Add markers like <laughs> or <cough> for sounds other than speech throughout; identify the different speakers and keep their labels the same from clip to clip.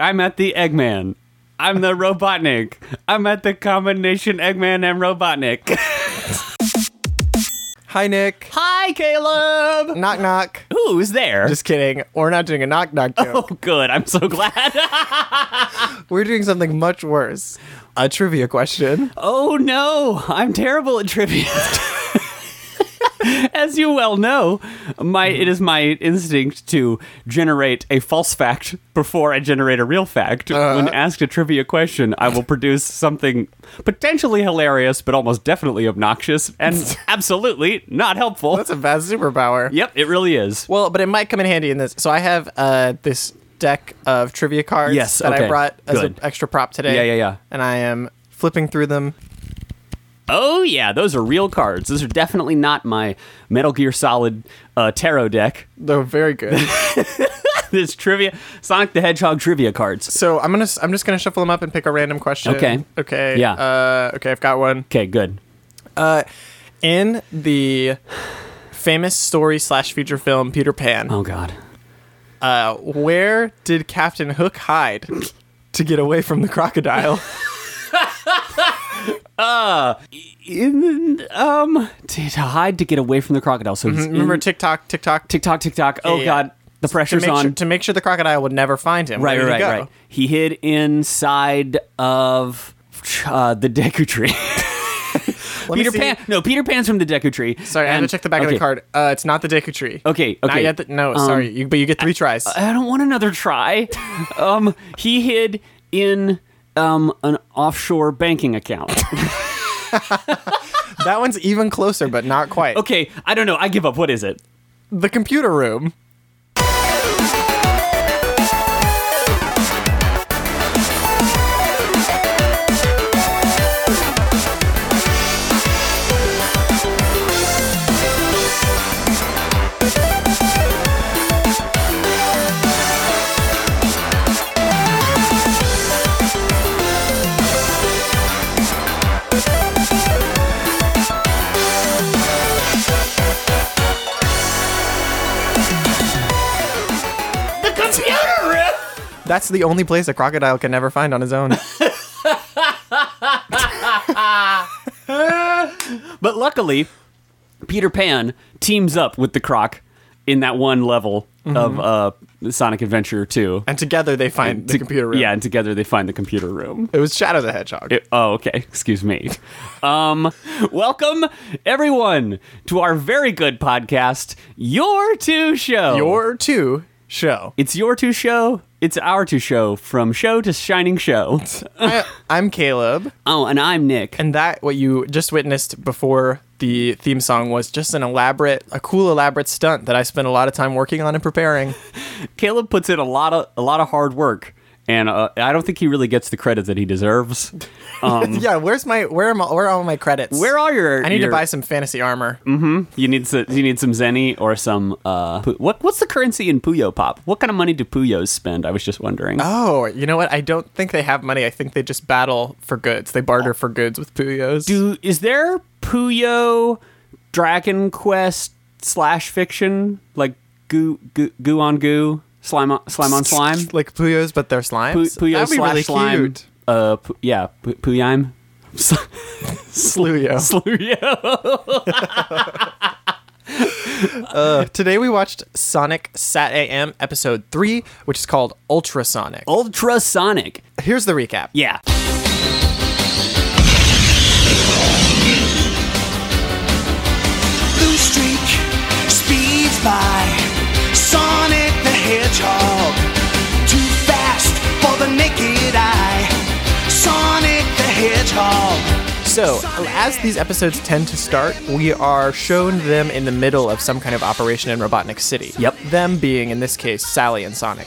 Speaker 1: I'm at the Eggman. I'm the Robotnik. I'm at the combination Eggman and Robotnik. <laughs>
Speaker 2: Hi, Nick.
Speaker 1: Hi, Caleb.
Speaker 2: Knock, knock.
Speaker 1: Who's there?
Speaker 2: Just kidding. We're not doing a knock, knock
Speaker 1: <laughs> oh,
Speaker 2: joke.
Speaker 1: good. I'm so glad. <laughs>
Speaker 2: We're doing something much worse a trivia question.
Speaker 1: oh no, I'm terrible at trivia. <laughs> As you well know, my it is my instinct to generate a false fact before I generate a real fact. when asked a trivia question, I will produce something potentially hilarious, but almost definitely obnoxious and absolutely not helpful.
Speaker 2: <laughs> That's a bad superpower.
Speaker 1: yep, it really is.
Speaker 2: Well, but it might come in handy in this. So I have uh, this deck of trivia cards
Speaker 1: Yes,
Speaker 2: that
Speaker 1: okay.
Speaker 2: I brought as an
Speaker 1: Good.
Speaker 2: extra prop today.
Speaker 1: Yeah, yeah, yeah.
Speaker 2: And I am flipping through them.
Speaker 1: Oh yeah, those are real cards. Those are definitely not my Metal Gear Solid uh, tarot deck. <laughs>
Speaker 2: They're very <laughs> good.
Speaker 1: this trivia Sonic the Hedgehog trivia cards.
Speaker 2: so I'm gonna s- I'm just gonna shuffle them up and pick a random question.
Speaker 1: Okay.
Speaker 2: Okay.
Speaker 1: Yeah.
Speaker 2: Uh, okay, I've got one.
Speaker 1: Okay, good.
Speaker 2: Uh, in the famous story slash feature film Peter Pan,
Speaker 1: Oh god.
Speaker 2: uh, where did Captain Hook hide to get away from
Speaker 1: <laughs>
Speaker 2: the crocodile?
Speaker 1: In, um to, to hide to get away from the crocodile. So it's
Speaker 2: Mm-hmm, Remember
Speaker 1: in-
Speaker 2: TikTok, TikTok,
Speaker 1: tick tock tick tock. Oh
Speaker 2: yeah.
Speaker 1: god, the
Speaker 2: to
Speaker 1: pressure's
Speaker 2: make
Speaker 1: on.
Speaker 2: sure to make sure the crocodile would never find him.
Speaker 1: right,
Speaker 2: Where
Speaker 1: right,
Speaker 2: did
Speaker 1: right,
Speaker 2: he go?
Speaker 1: right. He hid inside of uh, the Deku Tree. <laughs>
Speaker 2: Let me
Speaker 1: Peter
Speaker 2: see.
Speaker 1: Pan. No, Peter Pan's from the Deku Tree.
Speaker 2: Sorry, I had to
Speaker 1: And-
Speaker 2: check the back of
Speaker 1: okay.
Speaker 2: the card. Uh, it's not the Deku tree.
Speaker 1: Okay,
Speaker 2: Not
Speaker 1: okay.
Speaker 2: yet the- no,
Speaker 1: Um,
Speaker 2: sorry. You, but you get
Speaker 1: <laughs>
Speaker 2: three tries.
Speaker 1: I don't want another try. um, he hid in um an offshore banking account.
Speaker 2: that one's even closer, but not quite.
Speaker 1: okay, I don't know. I give up. What is it?
Speaker 2: The computer room.
Speaker 1: The computer room.
Speaker 2: That's the only place a crocodile can never find on
Speaker 1: <laughs>
Speaker 2: his own.
Speaker 1: But luckily, Peter Pan teams up with the Croc in that one level of uh, Sonic Adventure 2.
Speaker 2: and together they find Mm-hmm. the
Speaker 1: To-
Speaker 2: computer room.
Speaker 1: Yeah, and together they find the computer room.
Speaker 2: It was Shadow the Hedgehog.
Speaker 1: It- oh, okay. Excuse me. Um, welcome, everyone, to our very good podcast, Your Two Show.
Speaker 2: Your two
Speaker 1: <laughs>
Speaker 2: show.
Speaker 1: It's Your Two Show. It's our two show from show to shining show.
Speaker 2: I, I'm Caleb,
Speaker 1: <laughs> Oh, and I'm Nick.
Speaker 2: and that what you just witnessed before the theme song was just an elaborate, a cool elaborate stunt that I spent a lot of time working on and preparing.
Speaker 1: Caleb puts in a lot of a lot of hard work, and uh, I don't think he really gets the credit that he deserves.
Speaker 2: <laughs> yeah, where's my where am I, where are all my credits?
Speaker 1: Um, Where are your?
Speaker 2: I need
Speaker 1: your- Mm.
Speaker 2: to buy some fantasy armor.
Speaker 1: You need some. You need some zenny or some. Uh, pu- what What's the currency in Puyo Pop? What kind of money do Puyos spend? I was just wondering.
Speaker 2: Oh, you know what? I don't think they have money. I think they just battle for goods. They barter for goods with Puyos.
Speaker 1: do is there Puyo Dragon Quest slash fiction like goo goo goo on goo slime on, slime on slime
Speaker 2: <laughs> like Puyos, but they're slimes.
Speaker 1: Pu- Puyo
Speaker 2: That'd be
Speaker 1: slash
Speaker 2: really
Speaker 1: slime?
Speaker 2: cute.
Speaker 1: Uh, pu- yeah, pu- Puyime. <laughs>
Speaker 2: Sluyo.
Speaker 1: Sluyo.
Speaker 2: Uh, today we watched Sonic Sat AM episode three, which is called Ultrasonic.
Speaker 1: Ultrasonic.
Speaker 2: Here's the recap.
Speaker 1: Yeah.
Speaker 3: blue streak speeds by Sonic the Hedgehog too fast for the naked eye Sonic the Hedgehog
Speaker 2: So, as these episodes tend to start, we are shown them in the middle of some kind of operation in Robotnik City.
Speaker 1: Yep.
Speaker 2: Them being, in this case, Sally and Sonic.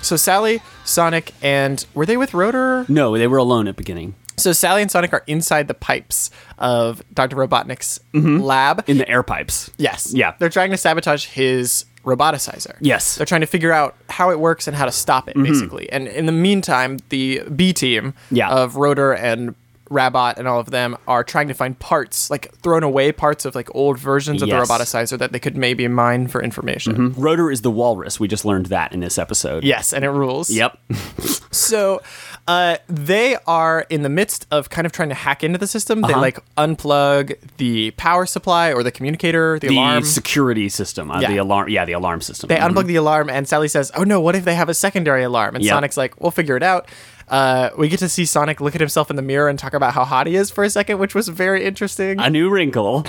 Speaker 2: So, Sally, Sonic, and were they with Rotor?
Speaker 1: No, they were alone at beginning
Speaker 2: So, Sally and Sonic are inside the pipes of Dr. Robotnik's lab.
Speaker 1: in the air pipes.
Speaker 2: yes.
Speaker 1: Yeah.
Speaker 2: They're trying to sabotage his roboticizer.
Speaker 1: Yes. Mm-hmm.
Speaker 2: They're trying to figure out how it works and how to stop it, basically. And in the meantime, the B team
Speaker 1: Yeah.
Speaker 2: of Rotor and Rabot and all of them are trying to find parts, like thrown away parts of like old versions of
Speaker 1: Yes. Mm-hmm.
Speaker 2: the roboticizer that they could maybe mine for information.
Speaker 1: Rotor is the walrus. We just learned that in this episode.
Speaker 2: Yes, and it rules.
Speaker 1: Yep.
Speaker 2: So uh, they are in the midst of kind of trying to hack into the system.
Speaker 1: Uh-huh.
Speaker 2: They like unplug the power supply or the communicator, the,
Speaker 1: The
Speaker 2: alarm.
Speaker 1: security system. Uh,
Speaker 2: Yeah.
Speaker 1: The alarm. Yeah, the alarm system.
Speaker 2: they unplug the alarm, and Sally says, "Oh no, what if they have a secondary alarm?" And
Speaker 1: Mm-hmm. Yeah.
Speaker 2: Sonic's like, "We'll figure it out." Uh, we get to see Sonic look at himself in the mirror and talk about how hot he is for a second, which was very interesting.
Speaker 1: a new
Speaker 2: <laughs>
Speaker 1: wrinkle.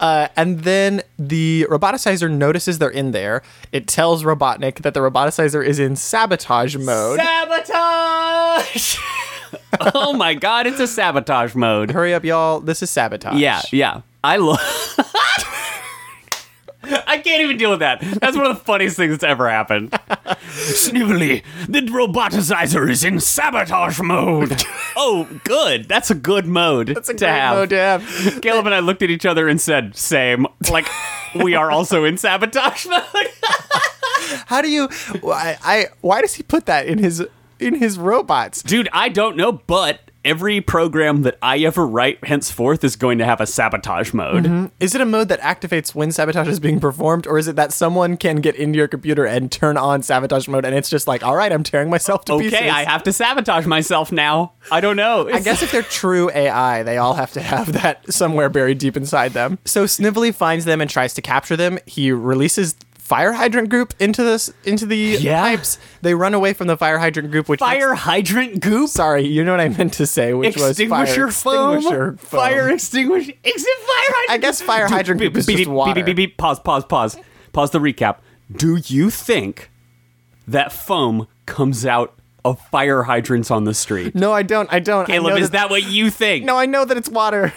Speaker 2: And then the roboticizer notices they're in there. It tells Robotnik that the roboticizer is in sabotage mode.
Speaker 1: sabotage. <laughs> oh my god, it's a sabotage mode.
Speaker 2: Hurry up, y'all! This is sabotage.
Speaker 1: Yeah, yeah. I love. <laughs> I can't even deal with that. That's one of the funniest things that's ever happened. <laughs> Snivelly, the roboticizer is in sabotage mode. <laughs> oh, good. That's a good mode
Speaker 2: That's a
Speaker 1: to
Speaker 2: great
Speaker 1: have. <laughs>
Speaker 2: mode to have.
Speaker 1: Caleb and I looked at each other and said, "Same." Like we are also in sabotage <laughs> mode.
Speaker 2: How do you? Why, I why does he put that in his in his robots?
Speaker 1: Dude, I don't know, but every program that I ever write henceforth is going to have a sabotage mode.
Speaker 2: Is it a mode that activates when sabotage is being performed, or is it that someone can get into your computer and turn on sabotage mode, and it's just like, all right, I'm tearing myself to
Speaker 1: Okay,
Speaker 2: pieces.
Speaker 1: I have to sabotage myself now. I don't know.
Speaker 2: I guess if they're true AI, they all have to have that somewhere buried deep inside them. So Snively finds them and tries to capture them. He releases fire hydrant group into this into the
Speaker 1: Yeah.
Speaker 2: pipes. They run away from the fire hydrant group, which
Speaker 1: fire hydrant goop.
Speaker 2: Sorry, you know what I meant to say, which was fire
Speaker 1: Extinguisher foam,
Speaker 2: extinguisher foam.
Speaker 1: fire extinguisher. Is it fire hydrant?
Speaker 2: I guess fire
Speaker 1: Dude,
Speaker 2: hydrant
Speaker 1: beep,
Speaker 2: group is
Speaker 1: beep,
Speaker 2: just
Speaker 1: beep,
Speaker 2: water.
Speaker 1: Beep, beep, beep, pause, pause, pause, pause. The recap. Do you think that foam comes out of fire hydrants on the street?
Speaker 2: No, I don't. I don't. <laughs> I
Speaker 1: Caleb,
Speaker 2: know
Speaker 1: is that what you think?
Speaker 2: No, I know that it's water.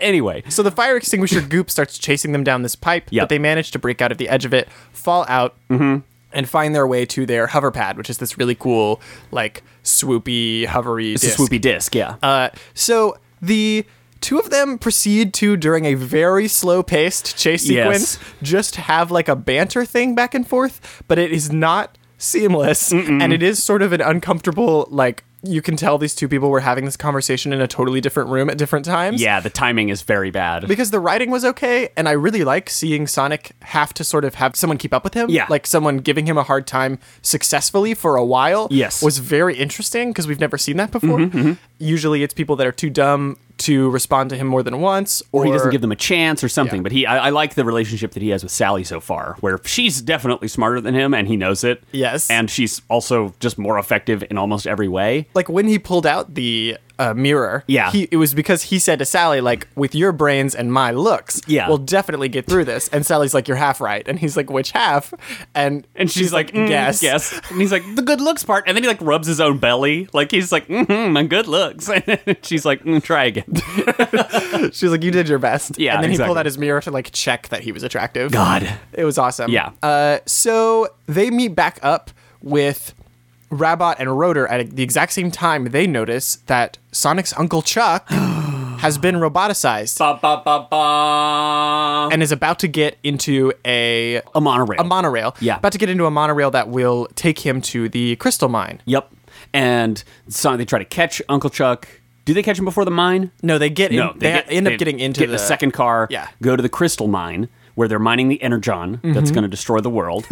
Speaker 1: Anyway,
Speaker 2: so the fire extinguisher goop starts chasing them down this pipe,
Speaker 1: Yep. Mm-hmm.
Speaker 2: but they manage to break out of the edge of it, fall out, and find their way to their hover pad, which is this really cool, like swoopy, hovery.
Speaker 1: it's
Speaker 2: disc.
Speaker 1: a swoopy disc. Yeah.
Speaker 2: Uh, so the two of them proceed to, during a very slow paced chase
Speaker 1: Yes.
Speaker 2: sequence, just have like a banter thing back and forth, but it is not seamless. And it is sort of an uncomfortable, like, you can tell these two people were having this conversation in a totally different room at different times.
Speaker 1: yeah, the timing is very bad.
Speaker 2: Because the writing was okay, and I really like seeing Sonic have to sort of have someone keep up with him.
Speaker 1: Yeah.
Speaker 2: Like someone giving him a hard time successfully for a while.
Speaker 1: Yes. Mm-hmm,
Speaker 2: Was very interesting because we've never seen that before. Usually it's people that are too dumb to respond to him more than once, or,
Speaker 1: or he doesn't give them a chance or something.
Speaker 2: Yeah.
Speaker 1: But he, I, I like the relationship that he has with Sally so far, where she's definitely smarter than him, and he knows it.
Speaker 2: Yes.
Speaker 1: and she's also just more effective in almost every way.
Speaker 2: like when he pulled out the uh, mirror,
Speaker 1: Yeah.
Speaker 2: he, it was because he said to Sally, like, with your brains and my looks,
Speaker 1: Yeah.
Speaker 2: we'll definitely get through this. And Sally's like, you're half right, and he's like, which half? And
Speaker 1: And she's, like, mm,
Speaker 2: guess.
Speaker 1: guess, and he's like, the good looks part, and then he like rubs his own belly, like he's like, mm my good looks, <laughs> and she's like, mm, try again.
Speaker 2: She's like, "You did your best."
Speaker 1: Yeah,
Speaker 2: and then he pulled
Speaker 1: exactly.
Speaker 2: out his mirror to like check that he was
Speaker 1: <laughs>
Speaker 2: attractive.
Speaker 1: God.
Speaker 2: it was awesome.
Speaker 1: Yeah.
Speaker 2: Uh, so they meet back up with Rabot and Rotor at the exact same time. They notice that Sonic's
Speaker 1: <gasps>
Speaker 2: uncle Chuck has been roboticized
Speaker 1: Ba ba ba ba.
Speaker 2: and is about to get into a
Speaker 1: A monorail.
Speaker 2: a monorail.
Speaker 1: Yeah.
Speaker 2: about to get into a monorail that will take him to the crystal mine.
Speaker 1: Yep. And so they try to catch Uncle Chuck. Do they catch him before the mine?
Speaker 2: No, they get in,
Speaker 1: No,
Speaker 2: they,
Speaker 1: get-
Speaker 2: end up
Speaker 1: they
Speaker 2: getting into
Speaker 1: get in a second car.
Speaker 2: Yeah.
Speaker 1: go to the crystal mine where they're mining the energon
Speaker 2: Mm-hmm.
Speaker 1: that's going to destroy the
Speaker 2: <laughs>
Speaker 1: world,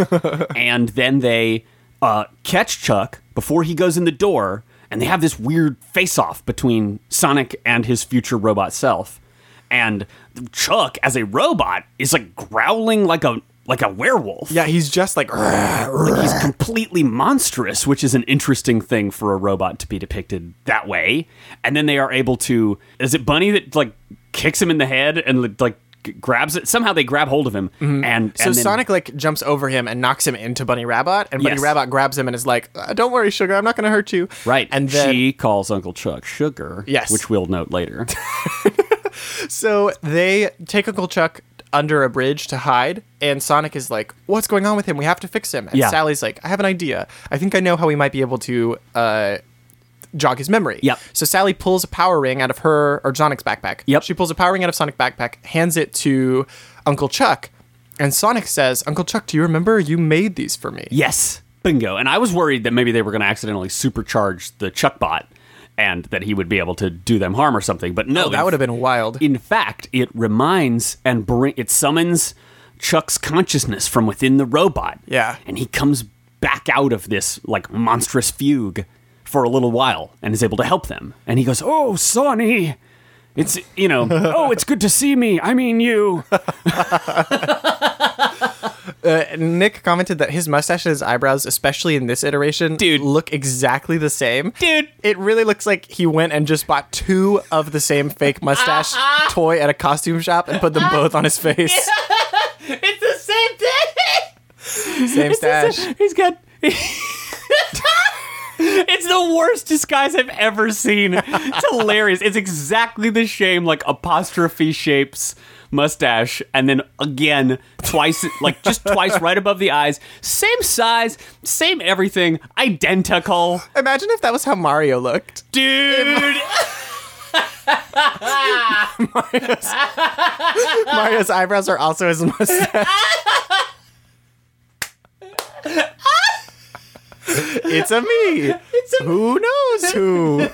Speaker 1: and then they uh, catch Chuck before he goes in the door, and they have this weird face-off between Sonic and his future robot self, and Chuck as a robot is like growling like a like a werewolf.
Speaker 2: Yeah, he's just like
Speaker 1: He's completely monstrous, which is an interesting thing for a robot to be depicted that way. And then they are able to. Is it Bunny that like kicks him in the head and like g- grabs it? Somehow they grab hold of him and
Speaker 2: Mm-hmm. So Sonic like jumps over him and knocks him into Bunny Rabbit, and Bunny
Speaker 1: Yes.
Speaker 2: Rabbit grabs him and is like, uh, "Don't worry, sugar, I'm not going to hurt you."
Speaker 1: Right,
Speaker 2: And then
Speaker 1: she calls Uncle Chuck sugar.
Speaker 2: Yes.
Speaker 1: which we'll note later. <laughs>
Speaker 2: so they take Uncle Chuck under a bridge to hide, and Sonic is like, "What's going on with him? We have to fix him." And
Speaker 1: Yeah.
Speaker 2: Sally's like, "I have an idea. I think I know how we might be able to." Uh, Jog his memory.
Speaker 1: Yep.
Speaker 2: So Sally pulls a power ring out of her or Sonic's backpack.
Speaker 1: Yep.
Speaker 2: She pulls a power ring out of Sonic's backpack, hands it to Uncle Chuck, and Sonic says, "Uncle Chuck, do you remember you made these for me?"
Speaker 1: yes, Bingo. And I was worried that maybe they were going to accidentally supercharge the Chuckbot and that he would be able to do them harm or something. But no,
Speaker 2: Oh, that
Speaker 1: in
Speaker 2: would have been wild.
Speaker 1: In fact, it reminds and bring it summons Chuck's consciousness from within the robot.
Speaker 2: Yeah.
Speaker 1: and he comes back out of this like monstrous fugue for a little while and is able to help them. And he goes, "Oh, Sonny." It's you know, <laughs> oh, it's good to see me. I mean you.
Speaker 2: Nick commented that his mustache and his eyebrows, especially in this iteration,
Speaker 1: Dude.
Speaker 2: look exactly the same.
Speaker 1: Dude.
Speaker 2: it really looks like he went and just bought two of the same
Speaker 1: <laughs>
Speaker 2: fake mustache
Speaker 1: Uh-huh.
Speaker 2: toy at a costume shop and put them both on his face.
Speaker 1: It's the same thing.
Speaker 2: Same stash.
Speaker 1: He's got. <laughs> it's the worst disguise I've ever seen. It's hilarious. It's exactly the same, like apostrophe shapes mustache, and then again twice, like just twice right above the eyes. Same size, same everything, identical,
Speaker 2: Imagine if that was how Mario
Speaker 1: <laughs>
Speaker 2: looked.
Speaker 1: dude. Uh-huh.
Speaker 2: Mario's eyebrows are also his
Speaker 1: <laughs>
Speaker 2: mustache. it's a me.
Speaker 1: It's a-
Speaker 2: Who knows who?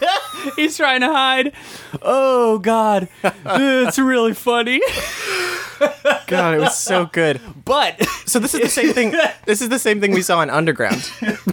Speaker 1: He's trying to hide. Oh God, it's really funny.
Speaker 2: God, it was so good.
Speaker 1: But
Speaker 2: So this is the same
Speaker 1: <laughs>
Speaker 2: thing. This is the same thing we saw in Underground. <laughs>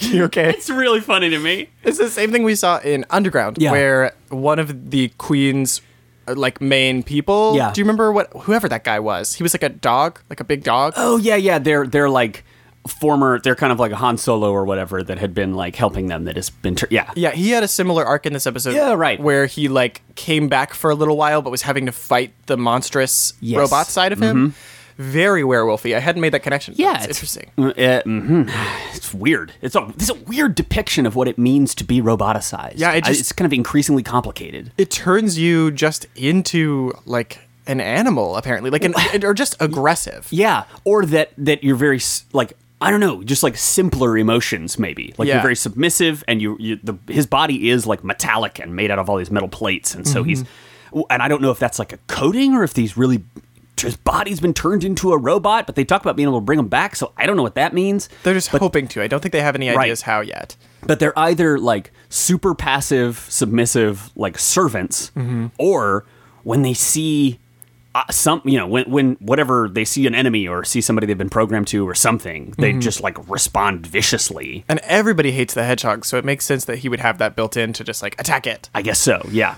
Speaker 2: you okay?
Speaker 1: it's really funny to me.
Speaker 2: It's the same thing we saw in Underground,
Speaker 1: Yeah.
Speaker 2: where one of the Queen's uh, like main people.
Speaker 1: Yeah.
Speaker 2: Do you remember what whoever that guy was? He was like a dog, like a big dog.
Speaker 1: Oh yeah, yeah. They're they're like former. They're kind of like a Han Solo or whatever that had been like helping them. That has been tur- yeah.
Speaker 2: Yeah, he had a similar arc in this episode.
Speaker 1: Yeah, right.
Speaker 2: Where he like came back for a little while, but was having to fight the monstrous
Speaker 1: Yes. Mm-hmm.
Speaker 2: robot side of him. Very werewolfy. I hadn't made that connection. but
Speaker 1: Yeah,
Speaker 2: it's,
Speaker 1: it's-
Speaker 2: interesting.
Speaker 1: Uh, mhm. <sighs> It's weird. It's a it's a weird depiction of what it means to be roboticized.
Speaker 2: Yeah, it
Speaker 1: I-
Speaker 2: just-
Speaker 1: it's kind of increasingly complicated.
Speaker 2: It turns you just into like an animal, apparently, like an or just
Speaker 1: <laughs>
Speaker 2: aggressive.
Speaker 1: Yeah, or that that you're very s- like I don't know, just like simpler emotions maybe. Like
Speaker 2: Yeah.
Speaker 1: you're very submissive, and you, you the his body is like metallic and made out of all these metal plates, and so he's and I don't know if that's like a coating or if these really his body's been turned into a robot, but they talk about being able to bring him back, so I don't know what that means.
Speaker 2: They're just hoping to. I don't think they have any
Speaker 1: Right.
Speaker 2: ideas how yet.
Speaker 1: But they're either like super passive, submissive, like servants, or when they see uh, some, you know, when when whatever they see an enemy or see somebody they've been programmed to or something, they just like respond viciously.
Speaker 2: And everybody hates the hedgehog, so it makes sense that he would have that built in to just like attack it.
Speaker 1: I guess so. Yeah.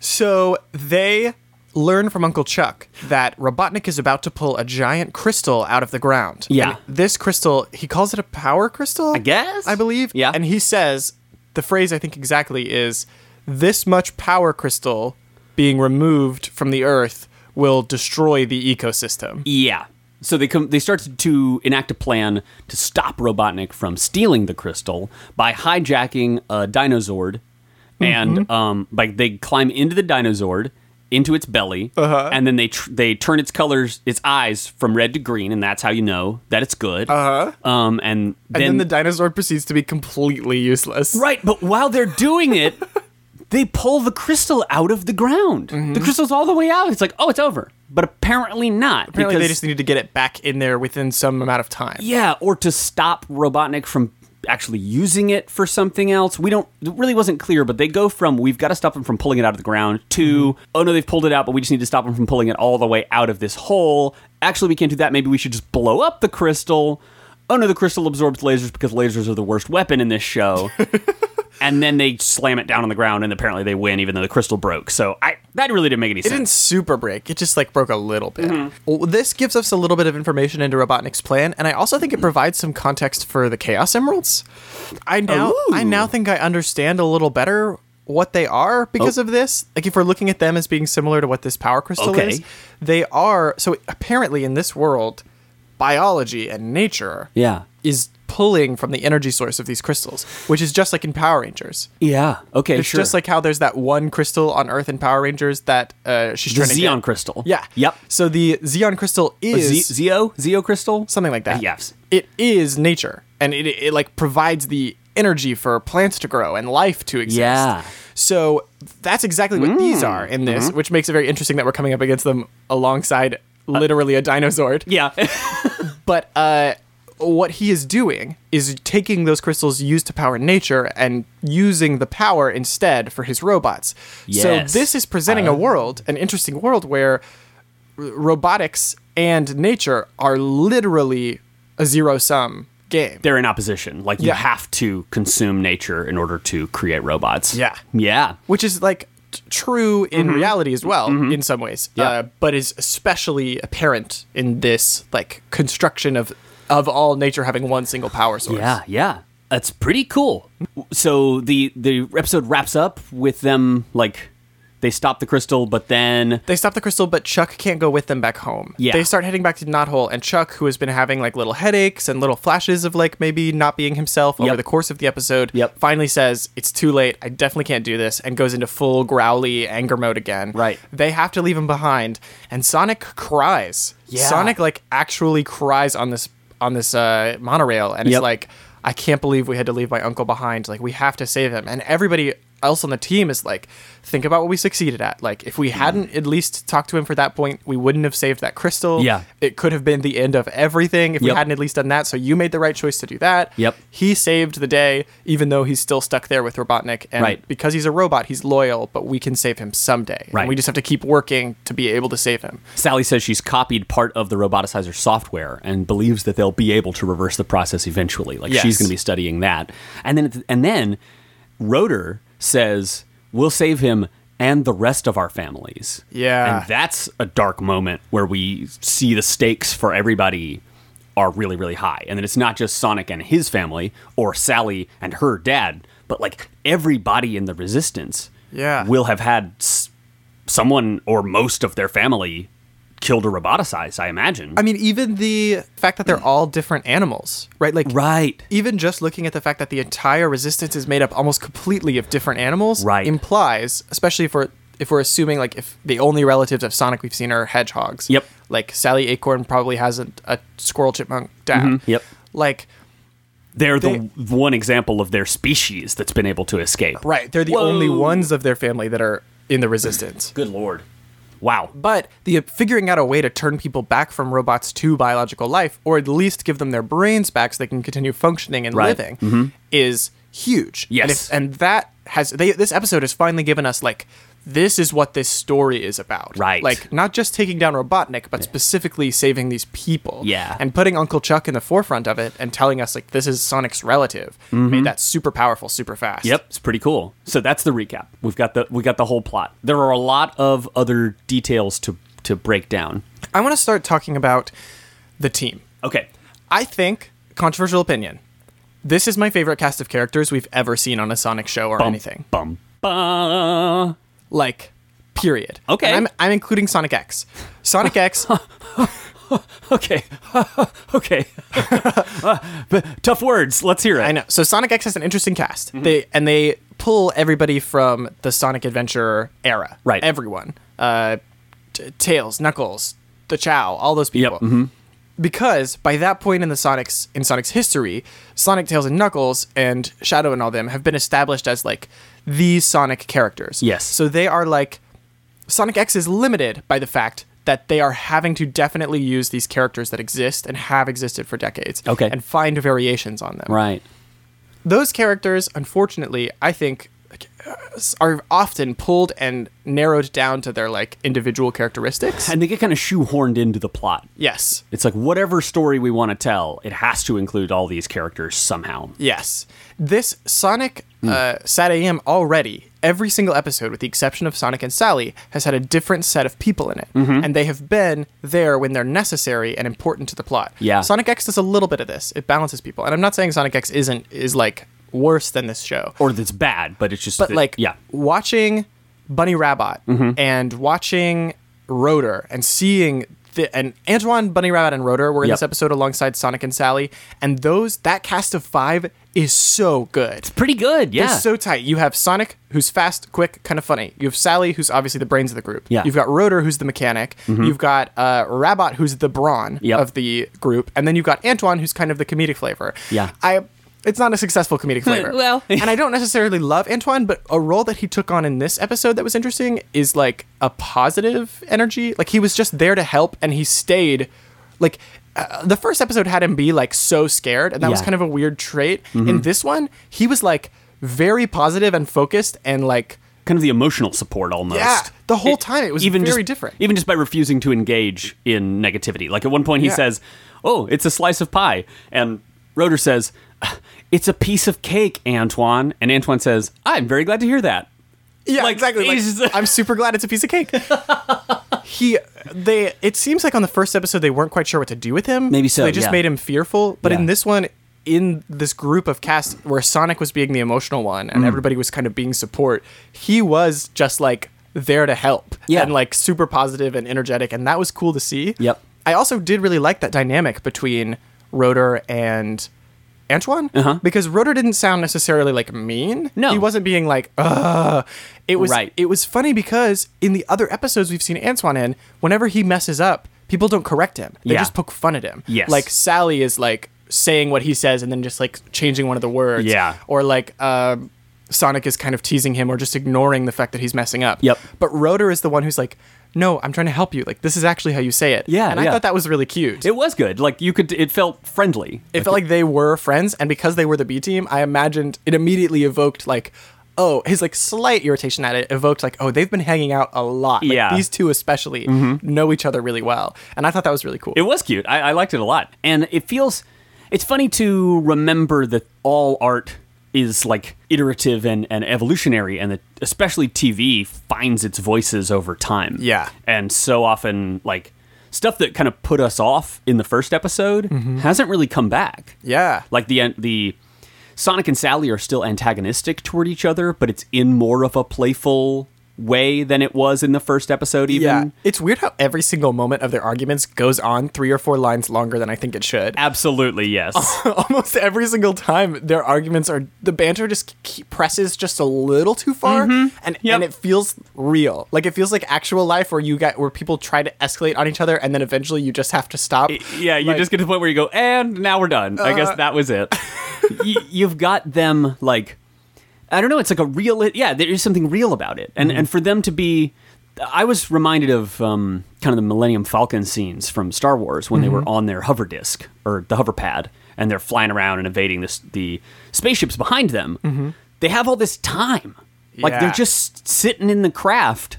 Speaker 2: So they learn from Uncle Chuck that Robotnik is about to pull a giant crystal out of the ground.
Speaker 1: Yeah.
Speaker 2: And this crystal, he calls it a power crystal? I
Speaker 1: guess?
Speaker 2: I believe.
Speaker 1: Yeah.
Speaker 2: And he says, the phrase I think exactly is this much power crystal being removed from the earth will destroy the ecosystem.
Speaker 1: Yeah. So they come. They start to, to enact a plan to stop Robotnik from stealing the crystal by hijacking a dinosaur,
Speaker 2: Mm-hmm.
Speaker 1: and um, by they climb into the dinosaur, into its belly, uh-huh. and then they tr- they turn its colors, its eyes from red to green, and that's how you know that it's good. Uh huh. Um, and
Speaker 2: Uh-huh. And
Speaker 1: then,
Speaker 2: then, the dinosaur proceeds to be completely useless.
Speaker 1: <laughs> right. But while they're doing it, they pull the crystal out of the ground.
Speaker 2: Mm-hmm.
Speaker 1: The crystal's all the way out. It's like, oh, it's over. But apparently not.
Speaker 2: Apparently, they
Speaker 1: because-
Speaker 2: just need to get it back in there within some amount of time.
Speaker 1: Yeah, or to stop Robotnik from actually using it for something else. We don't it really wasn't clear, but they go from we've got to stop them from pulling it out of the ground to
Speaker 2: Mm-hmm.
Speaker 1: oh no, they've pulled it out, but we just need to stop them from pulling it all the way out of this hole. Actually, we can't do that. Maybe we should just blow up the crystal. Oh no, the crystal absorbs lasers because lasers are the worst weapon in this
Speaker 2: <laughs>
Speaker 1: show. and then they slam it down on the ground and apparently they win even though the crystal broke. So I that really didn't make any
Speaker 2: It didn't
Speaker 1: sense.
Speaker 2: super break. It just like broke a little bit.
Speaker 1: Mm-hmm.
Speaker 2: Well, this gives us a little bit of information into Robotnik's plan, and I also think it provides some context for the Chaos Emeralds. I now I now think I understand a little better what they are
Speaker 1: Oh.
Speaker 2: because of this. Like if we're looking at them as being similar to what this power crystal
Speaker 1: Okay.
Speaker 2: is, they are. So apparently, in this world, biology and nature,
Speaker 1: Yeah.
Speaker 2: is pulling from the energy source of these crystals, which is just like in Power Rangers.
Speaker 1: Yeah. Okay,
Speaker 2: It's
Speaker 1: sure.
Speaker 2: just like how there's that one crystal on Earth in Power Rangers that uh, she's
Speaker 1: the
Speaker 2: trying to
Speaker 1: Xeon
Speaker 2: get.
Speaker 1: crystal.
Speaker 2: Yeah.
Speaker 1: Yep.
Speaker 2: So the Xeon crystal
Speaker 1: Z-
Speaker 2: is
Speaker 1: Zeo? Zeo crystal?
Speaker 2: something like that.
Speaker 1: Yes.
Speaker 2: It is nature, and it, it like provides the energy for plants to grow and life to exist.
Speaker 1: Yeah. Mm. Mm-hmm.
Speaker 2: So that's exactly what these are in this, which makes it very interesting that we're coming up
Speaker 1: Uh,
Speaker 2: <laughs> against them alongside literally a dinosaur.
Speaker 1: Yeah.
Speaker 2: But uh, what he is doing is taking those crystals used to power nature and using the power instead for his robots.
Speaker 1: Yes. Uh-huh.
Speaker 2: So this is presenting a world, an interesting world where r- robotics and nature are literally a zero sum game.
Speaker 1: They're in opposition. Like you
Speaker 2: Yeah.
Speaker 1: have to consume nature in order to create robots.
Speaker 2: Yeah.
Speaker 1: Yeah.
Speaker 2: which is like t- true in reality as well in some ways
Speaker 1: Mm-hmm. Yeah.
Speaker 2: uh, but is especially apparent in this like construction of of all nature having one single power source
Speaker 1: Yeah, yeah. That's pretty cool. So the the episode wraps up with them like they stop the crystal, but then
Speaker 2: they stop the crystal but chuck can't go with them back home
Speaker 1: Yeah.
Speaker 2: they start heading back to knothole and chuck who has been having like little headaches and little flashes of like maybe not being himself over
Speaker 1: Yep.
Speaker 2: the course of the episode
Speaker 1: Yep.
Speaker 2: finally says it's too late i definitely can't do this and goes into full growly anger mode again
Speaker 1: Right.
Speaker 2: they have to leave him behind and sonic cries
Speaker 1: Yeah.
Speaker 2: sonic like actually cries on this on this uh monorail and
Speaker 1: Yep.
Speaker 2: it's like i can't believe we had to leave my uncle behind like we have to save him and everybody else on the team is like think about what we succeeded at like if we hadn't at least talked to him for that point we wouldn't have saved that crystal
Speaker 1: Yeah.
Speaker 2: it could have been the end of everything if
Speaker 1: Yep.
Speaker 2: we hadn't at least done that so you made the right choice to do that
Speaker 1: Yep.
Speaker 2: he saved the day even though he's still stuck there with robotnik and
Speaker 1: Right.
Speaker 2: because he's a robot he's loyal but we can save him someday
Speaker 1: Right.
Speaker 2: and we just have to keep working to be able to save him
Speaker 1: Sally says she's copied part of the roboticizer software and believes that they'll be able to reverse the process eventually. Like
Speaker 2: Yes.
Speaker 1: she's going to be studying that. And then and then Rotor says, "We'll save him and the rest of our families."
Speaker 2: Yeah.
Speaker 1: And that's a dark moment where we see the stakes for everybody are really really high. And then it's not just Sonic and his family or Sally and her dad, but like everybody in the resistance
Speaker 2: Yeah.
Speaker 1: will have had s- someone or most of their family killed or roboticized, I imagine.
Speaker 2: I mean, even the fact that they're all different animals, right? Like,
Speaker 1: right.
Speaker 2: even just looking at the fact that the entire resistance is made up almost completely of different animals,
Speaker 1: Right.
Speaker 2: implies, especially if we're if we're assuming like if the only relatives of Sonic we've seen are hedgehogs.
Speaker 1: Yep.
Speaker 2: Like Sally Acorn probably hasn't a squirrel chipmunk down.
Speaker 1: Mm-hmm. Yep.
Speaker 2: Like
Speaker 1: They're the
Speaker 2: they-
Speaker 1: w- one example of their species that's been able to escape.
Speaker 2: right, they're the
Speaker 1: Whoa.
Speaker 2: only ones of their family that are in the resistance.
Speaker 1: Good lord. Wow.
Speaker 2: But the uh, figuring out a way to turn people back from robots to biological life, or at least give them their brains back so they can continue functioning and
Speaker 1: Right. Mm-hmm.
Speaker 2: living, is huge. And,
Speaker 1: Yes.
Speaker 2: if, and that has they, this episode has finally given us like this is what this story is about.
Speaker 1: Right.
Speaker 2: Like not just taking down Robotnik, but specifically saving these people.
Speaker 1: Yeah.
Speaker 2: And putting Uncle Chuck in the forefront of it and telling us like this is Sonic's relative. Made that super powerful, super fast.
Speaker 1: Mm-hmm. Yep, it's pretty cool. So that's the recap. We've got the we got the whole plot. There are a lot of other details to to break down.
Speaker 2: I want to start talking about the team.
Speaker 1: Okay.
Speaker 2: I think, controversial opinion, this is my favorite cast of characters we've ever seen on a Sonic show or
Speaker 1: Bum,
Speaker 2: anything.
Speaker 1: Um, Bum. Bah.
Speaker 2: Like, period.
Speaker 1: Okay.
Speaker 2: And I'm, I'm including Sonic X. Sonic X,
Speaker 1: Okay. <laughs> okay. <laughs> Uh, but tough words. Let's hear it.
Speaker 2: I know. So Sonic X has an interesting cast.
Speaker 1: Mm-hmm.
Speaker 2: They and they pull everybody from the Sonic Adventure era.
Speaker 1: Right.
Speaker 2: Everyone. Uh, t- Tails, Knuckles, the Chow, all those people.
Speaker 1: mm-hmm.
Speaker 2: Because by that point in the Sonic's in Sonic's history, Sonic, Tails, and Knuckles and Shadow and all them have been established as like the Sonic characters.
Speaker 1: Yes.
Speaker 2: So they are like Sonic X is limited by the fact that they are having to definitely use these characters that exist and have existed for decades.
Speaker 1: Okay.
Speaker 2: And find variations on them
Speaker 1: Right.
Speaker 2: those characters, unfortunately, I think uh, are often pulled and narrowed down to their like individual characteristics.
Speaker 1: And they get kind of shoehorned into the plot.
Speaker 2: yes.
Speaker 1: It's like whatever story we want to tell, it has to include all these characters somehow.
Speaker 2: Yes. This Sonic
Speaker 1: Hmm.
Speaker 2: uh, Sat AM already, every single episode, with the exception of Sonic and Sally, has had a different set of people in it.
Speaker 1: Mm-hmm.
Speaker 2: And they have been there when they're necessary and important to the plot.
Speaker 1: Yeah.
Speaker 2: Sonic X does a little bit of this. It balances people. And I'm not saying Sonic X isn't is like worse than this show.
Speaker 1: Or that's bad, but it's just
Speaker 2: but
Speaker 1: that-
Speaker 2: like
Speaker 1: yeah. Mm-hmm.
Speaker 2: watching Bunny Rabbit and watching Rotor and seeing the, and Antoine Bunny Rabbit and Rotor were in
Speaker 1: Yep.
Speaker 2: this episode alongside Sonic and Sally and those that cast of 5 is so good.
Speaker 1: Pretty good, yeah.
Speaker 2: They're so tight. You have Sonic, who's fast, quick, kind of funny. You have Sally, who's obviously the brains of the group.
Speaker 1: Yeah. Mm-hmm.
Speaker 2: You've got Rotor, who's the mechanic. You've got uh, Rabbit, who's the brawn
Speaker 1: Yep.
Speaker 2: of the group, and then you've got Antoine, who's kind of the comedic flavor.
Speaker 1: Yeah.
Speaker 2: I. It's not a
Speaker 1: <laughs>
Speaker 2: successful comedic flavor.
Speaker 1: Well.
Speaker 2: and I don't necessarily love Antoine, but a role that he took on in this episode that was interesting is like a positive energy. Like he was just there to help, and he stayed. Like uh, the first episode had him be like so scared, and that was
Speaker 1: Yeah. Mm-hmm.
Speaker 2: kind of a weird trait. In this one, he was like very positive and focused, and like
Speaker 1: kind of the emotional support almost.
Speaker 2: Yeah, the whole time it was very
Speaker 1: just,
Speaker 2: different.
Speaker 1: Even just by refusing to engage in negativity. Like at one point he
Speaker 2: Yeah.
Speaker 1: says, "Oh, it's a slice of pie," and Roeder says, "Ah, "It's a piece of cake, Antoine." And Antoine says, "I'm very glad to hear that."
Speaker 2: Yeah,
Speaker 1: Like,
Speaker 2: exactly. Like,
Speaker 1: he's-
Speaker 2: I'm super glad it's a piece
Speaker 1: <laughs>
Speaker 2: of cake. he, they. It seems like on the first episode they weren't quite sure what to do with him.
Speaker 1: Maybe so,
Speaker 2: They just
Speaker 1: yeah.
Speaker 2: made him fearful. But
Speaker 1: Yeah.
Speaker 2: in this one, in this group of cast where Sonic was being the emotional one
Speaker 1: Mm.
Speaker 2: and everybody was kind of being support, he was just like there to help.
Speaker 1: Yeah.
Speaker 2: and like super positive and energetic, and that was cool to see.
Speaker 1: Yep.
Speaker 2: I also did really like that dynamic between Rotor and. Antoine,
Speaker 1: Uh-huh.
Speaker 2: because Rotor didn't sound necessarily like mean.
Speaker 1: No.
Speaker 2: he wasn't being like, "Ugh." It was
Speaker 1: Right.
Speaker 2: it was funny because in the other episodes we've seen Antoine in, whenever he messes up, people don't correct him. They
Speaker 1: Yeah.
Speaker 2: just poke fun at him.
Speaker 1: Yes.
Speaker 2: Like Sally is like saying what he says and then just like changing one of the words.
Speaker 1: Yeah.
Speaker 2: Or like um, Sonic is kind of teasing him or just ignoring the fact that he's messing up.
Speaker 1: Yep.
Speaker 2: But Rotor is the one who's like, No, I'm trying to help you. Like this is actually how you say it.
Speaker 1: Yeah,
Speaker 2: And I
Speaker 1: yeah.
Speaker 2: thought that was really cute.
Speaker 1: It was good. Like you could, it felt friendly.
Speaker 2: It felt like they were friends, and because they were the B team, I imagined it immediately evoked like, oh, his like slight irritation at it evoked like, oh, they've been hanging out a lot. Like,
Speaker 1: Yeah. Mm-hmm.
Speaker 2: these two especially know each other really well, and I thought that was really cool.
Speaker 1: It was cute. I, I liked it a lot. And it feels it's funny to remember that all art is like iterative and, and evolutionary and that especially TV finds its voices over time.
Speaker 2: Yeah.
Speaker 1: And so often like stuff that kind of put us off in the first episode hasn't really come back.
Speaker 2: Mm-hmm. yeah,
Speaker 1: Like the the Sonic and Sally are still antagonistic toward each other, but it's in more of a playful way than it was in the first episode even.
Speaker 2: yeah. It's weird how every single moment of their arguments goes on three or four lines longer than I think it should.
Speaker 1: Absolutely,
Speaker 2: <laughs>
Speaker 1: yes.
Speaker 2: Almost every single time, their arguments are the banter just k- presses just a little too far, and
Speaker 1: Mm-hmm. Yep.
Speaker 2: and it feels real. Like it feels like actual life where you got where people try to escalate on each other, and then eventually you just have to stop.
Speaker 1: <laughs> Yeah, you
Speaker 2: Like-
Speaker 1: just get to the point where you go, and now we're done. I guess that was it. Uh-huh. <laughs> y- you've got them like, I don't know. It's like a real. Yeah, there is something real about it, and and for them to be, I was reminded of um, kind of the Millennium Falcon scenes from Star Wars when they were on their hover disc or the hover pad, and they're flying around and evading this the spaceships behind them. They have all this time. Like
Speaker 2: Yeah.
Speaker 1: they're just sitting in the craft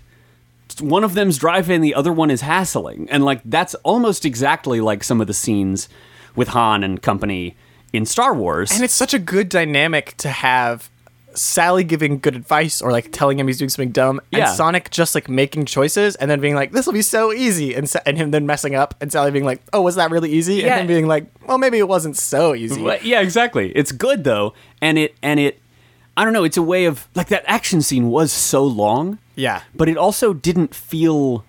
Speaker 1: one of them's driving, the other one is hassling, and like that's almost exactly like some of the scenes with Han and company in Star Wars.
Speaker 2: And it's such a good dynamic to have Sally giving good advice or like telling him he's doing something dumb,
Speaker 1: Yeah.
Speaker 2: and Sonic just like making choices and then being like, "This will be so easy," and Sa- and him then messing up, and Sally being like, "Oh, was that really easy?"
Speaker 1: Yeah.
Speaker 2: And then being like, "Well, maybe it wasn't so easy."
Speaker 1: Well, yeah, exactly. It's good though, and it and it, I don't know. It's a way of like that action scene was so long,
Speaker 2: Yeah.
Speaker 1: but it also didn't feel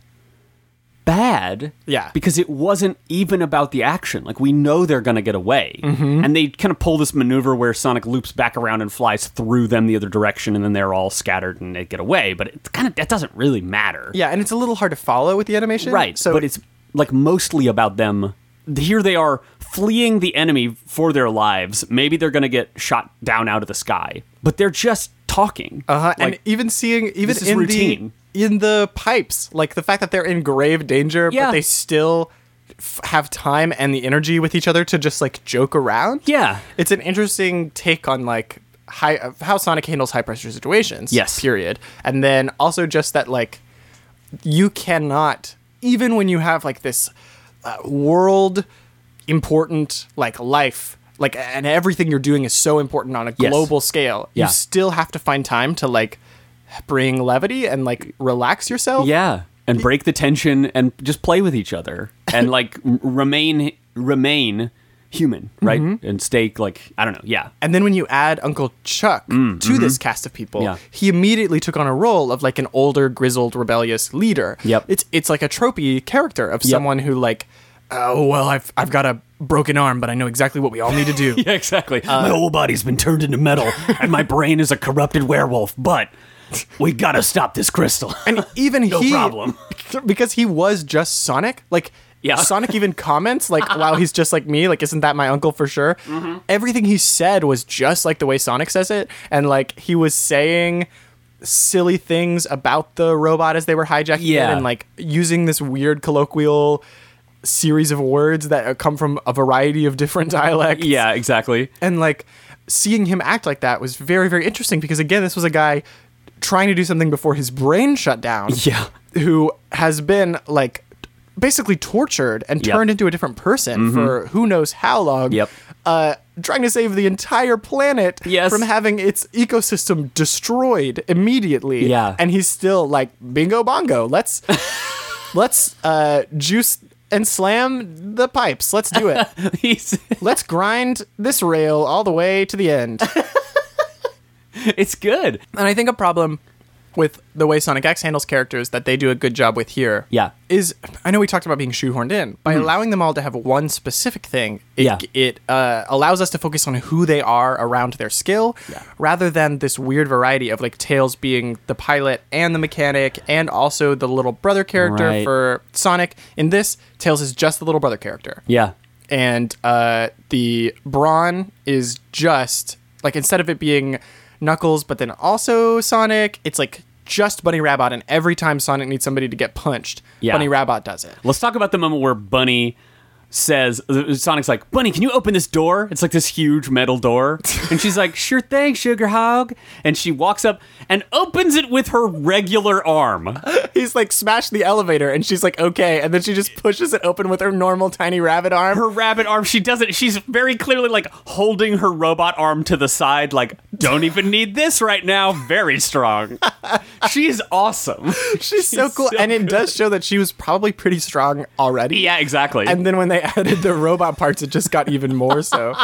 Speaker 1: bad
Speaker 2: Yeah.
Speaker 1: because it wasn't even about the action like we know they're gonna get away
Speaker 2: Mm-hmm.
Speaker 1: and they kind of pull this maneuver where sonic loops back around and flies through them the other direction and then they're all scattered and they get away but it kind of that doesn't really matter
Speaker 2: Yeah, and it's a little hard to follow with the animation.
Speaker 1: right
Speaker 2: So
Speaker 1: but it's like mostly about them here they are fleeing the enemy for their lives maybe they're gonna get shot down out of the sky but they're just talking
Speaker 2: uh-huh, and
Speaker 1: Like,
Speaker 2: even seeing even
Speaker 1: this is
Speaker 2: in
Speaker 1: routine.
Speaker 2: the in the pipes, like the fact that they're in grave danger, but
Speaker 1: Yeah.
Speaker 2: they still f- have time and the energy with each other to just like joke around.
Speaker 1: yeah
Speaker 2: It's an interesting take on like high of how Sonic handles high pressure situations.
Speaker 1: Yes.
Speaker 2: Period. And then also just that like you cannot even when you have like this uh, world important like life like and everything you're doing is so important on a
Speaker 1: Yes.
Speaker 2: global scale
Speaker 1: Yeah.
Speaker 2: you still have to find time to like bring levity and like relax yourself
Speaker 1: Yeah, and break the tension and just play with each other <laughs> and like m- remain remain human, right? And stay like I don't know. Yeah,
Speaker 2: And then when you add Uncle Chuck to this cast of people,
Speaker 1: Mm, mm-hmm. Yeah.
Speaker 2: he immediately took on a role of like an older, grizzled, rebellious leader.
Speaker 1: Yep.
Speaker 2: It's it's like a tropey character of someone who like, oh well, I've I've got a broken arm, but I know exactly what we all need to do.
Speaker 1: <laughs> yeah, <laughs> exactly. my whole body's been turned into <laughs> metal, and my brain is a corrupted werewolf. But we gotta stop this crystal. <laughs>
Speaker 2: And even
Speaker 1: No
Speaker 2: he,
Speaker 1: problem.
Speaker 2: <laughs> because he was just Sonic. Like,
Speaker 1: Yeah. <laughs>
Speaker 2: Sonic even comments like, "Wow, he's just like me. Like, isn't that my uncle for sure?"
Speaker 1: Mm-hmm.
Speaker 2: Everything he said was just like the way Sonic says it, and like he was saying silly things about the robot as they were hijacking it,
Speaker 1: Yeah.
Speaker 2: and like using this weird colloquial series of words that uh, come from a variety of different <laughs> dialects.
Speaker 1: Yeah, exactly.
Speaker 2: And like seeing him act like that was very, very interesting because again, this was a guy trying to do something before his brain shut down.
Speaker 1: <laughs> <laughs> Yeah.
Speaker 2: Who has been like basically tortured and
Speaker 1: Yep. Mm-hmm.
Speaker 2: turned into a different person for who knows how long.
Speaker 1: Yep.
Speaker 2: Uh, trying to save the entire planet
Speaker 1: Yes.
Speaker 2: from having its ecosystem destroyed immediately.
Speaker 1: Yeah.
Speaker 2: And he's still like, bingo bongo,
Speaker 1: <laughs>
Speaker 2: let's let's uh, juice and slam the pipes. Let's do
Speaker 1: <laughs>
Speaker 2: it.
Speaker 1: He's
Speaker 2: Let's grind this rail all the way to the <laughs> end.
Speaker 1: it's good.
Speaker 2: And I think a problem with the way Sonic X handles characters that they do a good job with here.
Speaker 1: Yeah. Mm-hmm.
Speaker 2: Is I know we talked about being shoehorned in. By allowing them all to have one specific thing, it,
Speaker 1: Yeah.
Speaker 2: it uh, allows us to focus on who they are around their skill
Speaker 1: Yeah.
Speaker 2: rather than this weird variety of like Tails being the pilot and the mechanic and also the little brother character
Speaker 1: Right.
Speaker 2: for Sonic. In this, Tails is just the little brother character
Speaker 1: Yeah.
Speaker 2: and uh, the brawn is just like instead of it being Knuckles, but then also Sonic, it's like just Bunny Rabbit, and every time Sonic needs somebody to get punched,
Speaker 1: Yeah.
Speaker 2: Bunny Rabbit does it.
Speaker 1: Let's talk about the moment where Bunny says uh, Sonic's like, "Bunny, can you open this door?" It's like this huge metal door. And she's like, "Sure thing, Sugar Hog." And she walks up and opens it with her regular arm.
Speaker 2: He's like smashed the elevator, and she's like, okay, and then she just pushes it open with her normal tiny rabbit arm.
Speaker 1: Her rabbit arm, she doesn't she's very clearly like holding her robot arm to the side like, "Don't even need this right now." Very strong. She's awesome. <laughs>
Speaker 2: she's so cool,
Speaker 1: so
Speaker 2: and it
Speaker 1: good.
Speaker 2: does show that she was probably pretty strong already.
Speaker 1: Yeah, exactly.
Speaker 2: And then when they <laughs> added the robot parts, it just got even more so.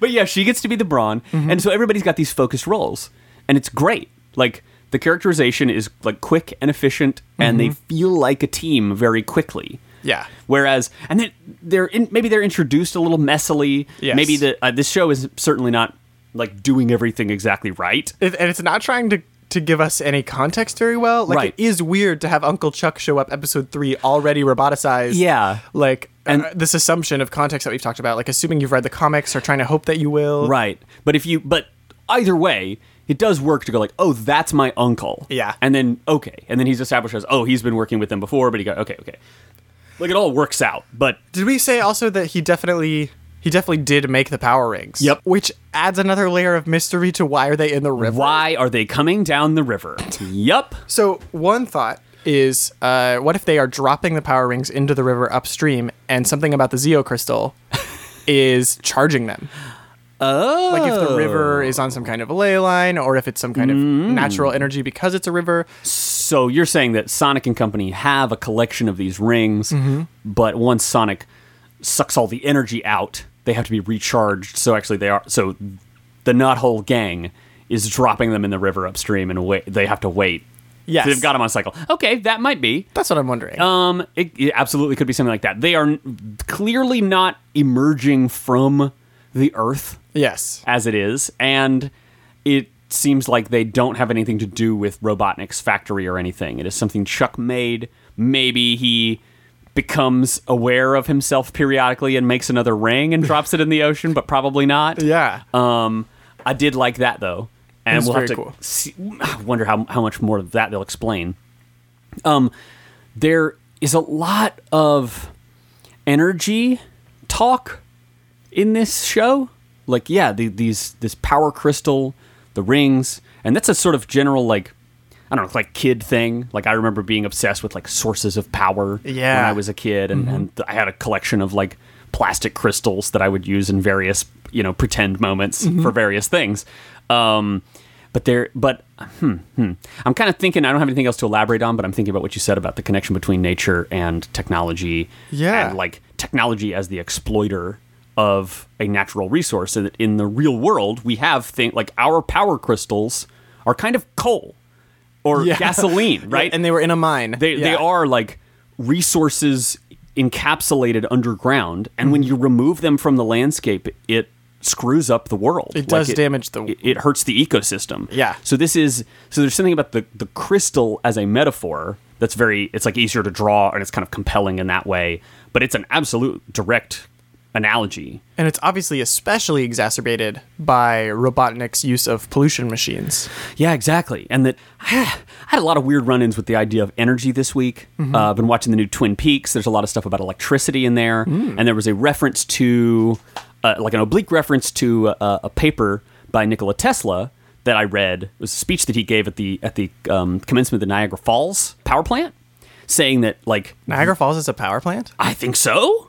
Speaker 1: But yeah, she gets to be the brawn,
Speaker 2: Mm-hmm.
Speaker 1: and so everybody's got these focused roles, and it's great. Like the characterization is like quick and efficient, and they feel like a team very quickly.
Speaker 2: Mm-hmm. Yeah.
Speaker 1: Whereas, and then they're in, maybe they're introduced a little messily.
Speaker 2: Yes.
Speaker 1: Maybe the uh, this show is certainly not like doing everything exactly right.
Speaker 2: it, and it's not trying to to give us any context very well. Like
Speaker 1: Right.
Speaker 2: it is weird to have Uncle Chuck show up episode three already roboticized.
Speaker 1: Yeah.
Speaker 2: like and
Speaker 1: And-
Speaker 2: this assumption of context that we've talked about, like assuming you've read the comics or trying to hope that you will.
Speaker 1: Right. But if you but either way, it does work to go like, oh, that's my uncle.
Speaker 2: Yeah.
Speaker 1: And then okay. And then he's established as, oh, he's been working with them before, but he got okay, okay. Like it all works out. But
Speaker 2: Did we say also that he definitely? He definitely did make the power rings.
Speaker 1: Yep.
Speaker 2: Which adds another layer of mystery to why are they in the river?
Speaker 1: Why are they coming down the river? yup.
Speaker 2: So one thought is, uh, what if they are dropping the power rings into the river upstream, and something about the
Speaker 1: <laughs>
Speaker 2: Zeo crystal is charging them?
Speaker 1: Oh. Mm.
Speaker 2: like if the river is on some kind of ley line or if it's some kind of natural energy because it's a river
Speaker 1: So you're saying that Sonic and Company have a collection of these rings, but once Sonic sucks all the energy out, they have to be recharged. So actually, they are. So the Knot Hole gang is dropping them in the river upstream, and wait, they have to wait.
Speaker 2: Yes.
Speaker 1: So they've got them on a cycle. Okay, that might be.
Speaker 2: that's what i'm wondering
Speaker 1: Um, it, it absolutely could be something like that. They are n- clearly not emerging from the Earth.
Speaker 2: yes
Speaker 1: as it is, and it seems like they don't have anything to do with Robotnik's factory or anything. It is something Chuck made. Maybe he becomes aware of himself periodically and makes another ring and drops it in the ocean, but probably not.
Speaker 2: yeah
Speaker 1: Um, I did like that though, and
Speaker 2: It's
Speaker 1: we'll have to
Speaker 2: very cool.
Speaker 1: see, I wonder how how much more of that they'll explain. Um, there is a lot of energy talk in this show. Like, yeah, the, these this power crystal, the rings, and that's a sort of general like. I don't know, like kid thing. Like I remember being obsessed with like sources of power when
Speaker 2: Yeah.
Speaker 1: I was a kid, and, and I had a collection of like plastic crystals that I would use in various you know pretend moments for various things. Um, but there, but hmm, hmm. I'm kind of thinking. I don't have anything else to elaborate on, but I'm thinking about what you said about the connection between nature and technology.
Speaker 2: Yeah.
Speaker 1: and like technology as the exploiter of a natural resource, and that in the real world we have things like our power crystals are kind of coal or
Speaker 2: <laughs> Yeah.
Speaker 1: gasoline, right?
Speaker 2: and they were in a mine
Speaker 1: <laughs> They they
Speaker 2: Yeah.
Speaker 1: are like resources encapsulated underground, and
Speaker 2: Mm-hmm.
Speaker 1: when you remove them from the landscape, it screws up the world.
Speaker 2: It does damage the-
Speaker 1: It, it hurts the ecosystem.
Speaker 2: Yeah.
Speaker 1: So this is so there's something about the the crystal as a metaphor that's very it's like easier to draw and it's kind of compelling in that way, but it's an absolute direct analogy.
Speaker 2: And it's obviously especially exacerbated by Robotnik's use of pollution machines.
Speaker 1: Yeah, exactly. And that <sighs> I had a lot of weird run ins with the idea of energy this week. Uh, I've been watching the new Twin Peaks. There's a lot of stuff about electricity in there. And there was a reference to, uh, like an oblique reference to uh, a paper by Nikola Tesla that I read. It was a speech that he gave at the, at the um, commencement of the Niagara Falls power plant, saying that, like,
Speaker 2: Niagara Falls is a power plant?
Speaker 1: I think so.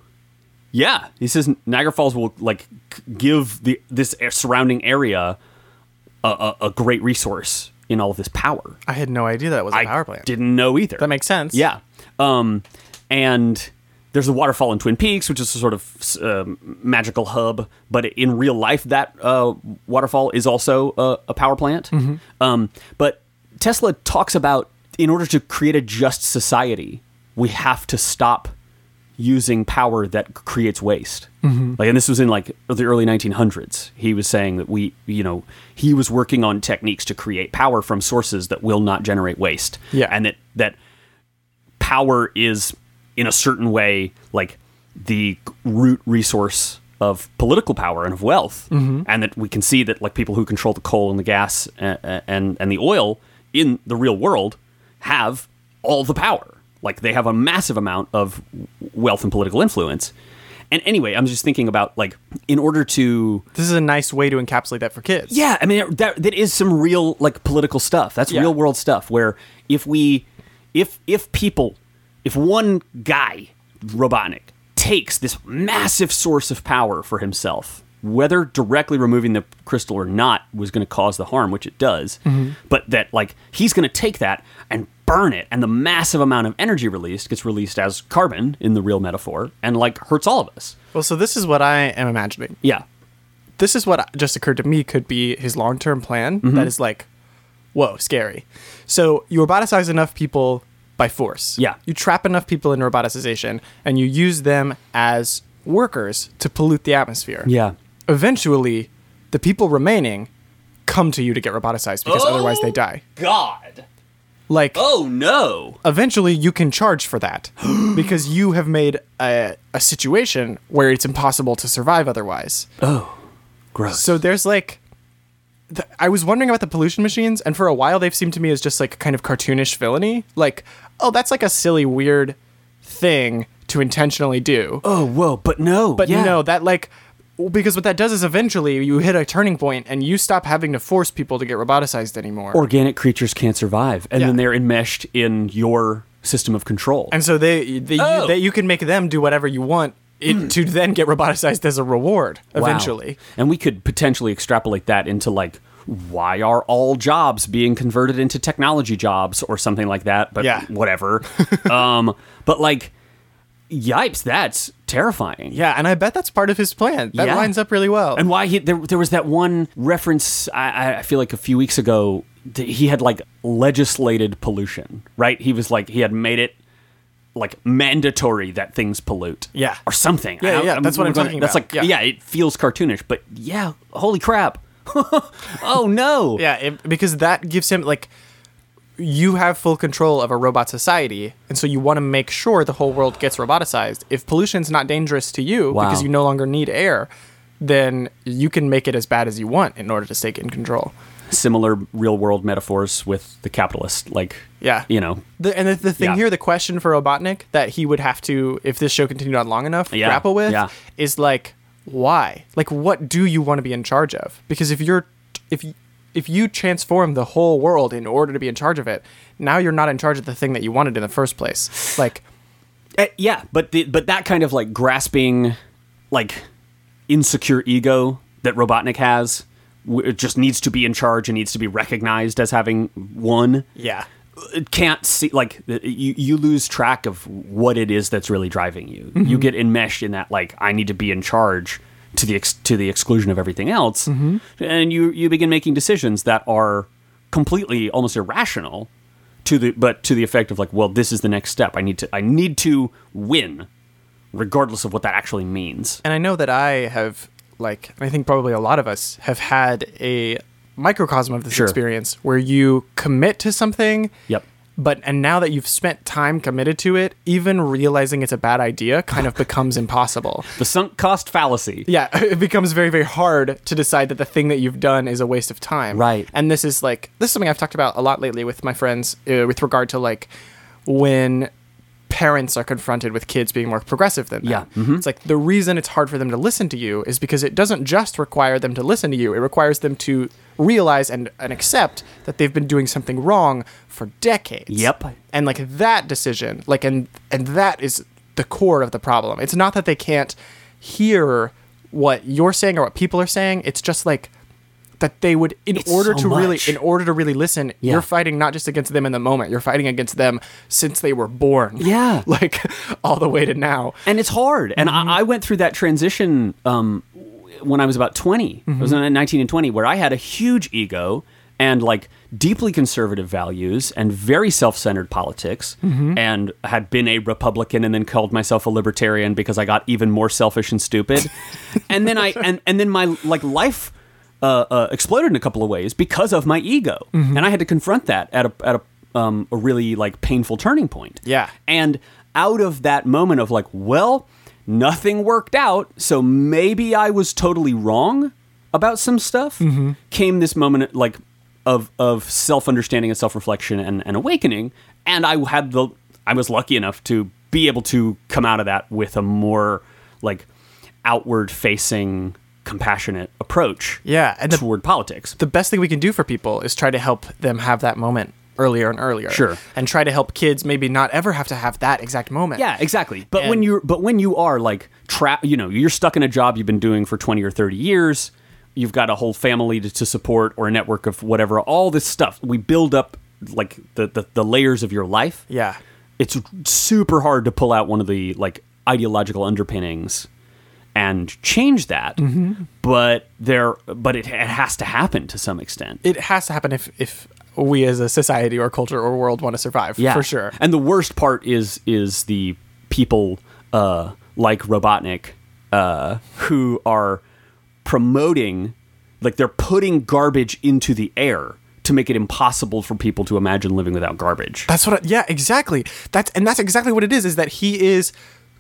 Speaker 1: Yeah, he says Niagara Falls will like c- give the this a- surrounding area a, a, a great resource in all of this power.
Speaker 2: I had no idea that was a
Speaker 1: I
Speaker 2: power plant.
Speaker 1: didn't know either.
Speaker 2: that makes sense.
Speaker 1: yeah. Um, and there's the waterfall in Twin Peaks, which is a sort of um magical hub, but in real life, that uh, waterfall is also a, a power plant.
Speaker 2: Mm-hmm.
Speaker 1: Um, but Tesla talks about in order to create a just society, we have to stop using power that creates waste.
Speaker 2: Mm-hmm.
Speaker 1: Like, and this was in like the early 1900s. He was saying that we, you know, he was working on techniques to create power from sources that will not generate waste.
Speaker 2: Yeah.
Speaker 1: and that that power is in a certain way like the root resource of political power and of wealth and that we can see that like people who control the coal and the gas and, and and the oil in the real world have all the power like they have a massive amount of wealth and political influence and anyway i'm just thinking about like in order to
Speaker 2: This is a nice way to encapsulate that for kids.
Speaker 1: yeah, I mean that that is some real like political stuff. That's
Speaker 2: Yeah.
Speaker 1: real world stuff where if we if if people if one guy Robotnik takes this massive source of power for himself, whether directly removing the crystal or not was going to cause the harm, which it does, but that like he's going to take that and burn it and the massive amount of energy released gets released as carbon in the real metaphor and like hurts all of us.
Speaker 2: Well, so this is what I am imagining.
Speaker 1: Yeah.
Speaker 2: this is what just occurred to me could be his long term plan
Speaker 1: Mm-hmm.
Speaker 2: that is like, whoa, scary. So you roboticize enough people by force.
Speaker 1: Yeah.
Speaker 2: You trap enough people in roboticization and you use them as workers to pollute the atmosphere.
Speaker 1: Yeah.
Speaker 2: Eventually, the people remaining come to you to get roboticized because otherwise they
Speaker 1: Oh.
Speaker 2: die.
Speaker 1: God.
Speaker 2: Like,
Speaker 1: Oh no.
Speaker 2: eventually you can charge for that because you have made a, a situation where it's impossible to survive otherwise.
Speaker 1: Gross.
Speaker 2: So there's like, th- I was wondering about the pollution machines, and for a while they've seemed to me as just like kind of cartoonish villainy. Like, oh, that's like a silly, weird thing to intentionally do.
Speaker 1: Oh, whoa, but no.
Speaker 2: But no, that like, because what that does is eventually you hit a turning point and you stop having to force people to get roboticized anymore.
Speaker 1: organic creatures can't survive. And
Speaker 2: Yeah.
Speaker 1: then they're enmeshed in your system of control.
Speaker 2: and so they, they,
Speaker 1: Oh. Hmm.
Speaker 2: you, they, you can make them do whatever you want. It, To then get roboticized as a reward
Speaker 1: Wow.
Speaker 2: eventually.
Speaker 1: And we could potentially extrapolate that into like why are all jobs being converted into technology jobs or something like that, but
Speaker 2: Yeah. <laughs>
Speaker 1: whatever. um but like yipes, that's terrifying.
Speaker 2: Yeah, and I bet that's part of his plan. That
Speaker 1: Yeah.
Speaker 2: lines up really well.
Speaker 1: And why he there, there was that one reference I, I- I feel like a few weeks ago that he had like legislated pollution, right? He was like he had made it like mandatory that things pollute,
Speaker 2: Yeah.
Speaker 1: or something.
Speaker 2: Yeah,
Speaker 1: I-
Speaker 2: yeah, that's what I'm
Speaker 1: gonna-
Speaker 2: talking
Speaker 1: That's
Speaker 2: about.
Speaker 1: like
Speaker 2: Yeah.
Speaker 1: yeah. it feels cartoonish, but yeah, holy crap! <laughs> oh no,
Speaker 2: Yeah, it, because that gives him like you have full control of a robot society, and so you want to make sure the whole world gets roboticized. If pollution's not dangerous to you
Speaker 1: Wow.
Speaker 2: because you no longer need air, then you can make it as bad as you want in order to stay in control.
Speaker 1: similar real world metaphors with the capitalist, like
Speaker 2: Yeah.
Speaker 1: you know,
Speaker 2: The, and the, the thing
Speaker 1: Yeah.
Speaker 2: here, the question for Robotnik that he would have to, if this show continued on long enough,
Speaker 1: Yeah,
Speaker 2: grapple with
Speaker 1: yeah.
Speaker 2: is like, why? Like, what do you want to be in charge of? Because if you're, if y- if you transform the whole world in order to be in charge of it, now you're not in charge of the thing that you wanted in the first place. Like,
Speaker 1: Uh, yeah, but the, but that kind of like grasping, like insecure ego that Robotnik has w- it just needs to be in charge and needs to be recognized as having won.
Speaker 2: yeah,
Speaker 1: It can't see like th- you you lose track of what it is that's really driving you. You get enmeshed in that like I need to be in charge to the ex- to the exclusion of everything else, and you you begin making decisions that are completely almost irrational to the but to the effect of like well this is the next step I need to I need to win regardless of what that actually means.
Speaker 2: and I know that I have, like, and I think probably a lot of us have had a microcosm of this
Speaker 1: Sure.
Speaker 2: experience where you commit to something
Speaker 1: Yep.
Speaker 2: But and now that you've spent time committed to it, even realizing it's a bad idea kind of becomes impossible.
Speaker 1: The sunk cost fallacy.
Speaker 2: <laughs> Yeah, it becomes very, very hard to decide that the thing that you've done is a waste of time.
Speaker 1: Right.
Speaker 2: And this is like this is something I've talked about a lot lately with my friends uh, with regard to like when parents are confronted with kids being more progressive than them.
Speaker 1: Yeah, Mm-hmm.
Speaker 2: It's like the reason it's hard for them to listen to you is because it doesn't just require them to listen to you. It requires them to realize and, and accept that they've been doing something wrong for decades.
Speaker 1: Yep.
Speaker 2: And like that decision, like and and that is the core of the problem. It's not that they can't hear what you're saying or what people are saying. It's just like that they would in
Speaker 1: It's
Speaker 2: order
Speaker 1: so
Speaker 2: to really
Speaker 1: much.
Speaker 2: in order to really listen,
Speaker 1: Yeah.
Speaker 2: you're fighting not just against them in the moment, you're fighting against them since they were born.
Speaker 1: Yeah.
Speaker 2: <laughs> like all the way to now.
Speaker 1: and it's hard. And I, I went through that transition um, w- when I was about 20. I was in 19 and 20, where I had a huge ego and like deeply conservative values and very self-centered politics and had been a republican and then called myself a libertarian because I got even more selfish and stupid. and then I and, and then my like life uh, uh, exploded in a couple of ways because of my ego. And I had to confront that at a at a um, a really like painful turning point.
Speaker 2: Yeah.
Speaker 1: And out of that moment of like, well, nothing worked out, so maybe I was totally wrong about some stuff,
Speaker 2: Mm-hmm.
Speaker 1: came this moment like of of self understanding and self reflection and, and awakening, and I had the I was lucky enough to be able to come out of that with a more like outward facing, compassionate approach
Speaker 2: Yeah, and the,
Speaker 1: toward politics.
Speaker 2: the best thing we can do for people is try to help them have that moment earlier and earlier.
Speaker 1: Sure.
Speaker 2: And try to help kids maybe not ever have to have that exact moment.
Speaker 1: Yeah, exactly. But when
Speaker 2: And-
Speaker 1: you're but when you are like trapped, you know, you're stuck in a job you've been doing for 20 or 30 years, you've got a whole family to, to support or a network of whatever, all this stuff. We build up like the, the the layers of your life.
Speaker 2: Yeah.
Speaker 1: It's super hard to pull out one of the like ideological underpinnings and change that.
Speaker 2: Mm-hmm.
Speaker 1: But there but it, it has to happen to some extent.
Speaker 2: It has to happen if if we as a society or culture or world want to survive. For sure.
Speaker 1: And the worst part is is the people uh, like Robotnik uh, who are promoting, like they're putting garbage into the air to make it impossible for people to imagine living without garbage.
Speaker 2: That's what. I, yeah, exactly. That's and that's exactly what it is. Is that he is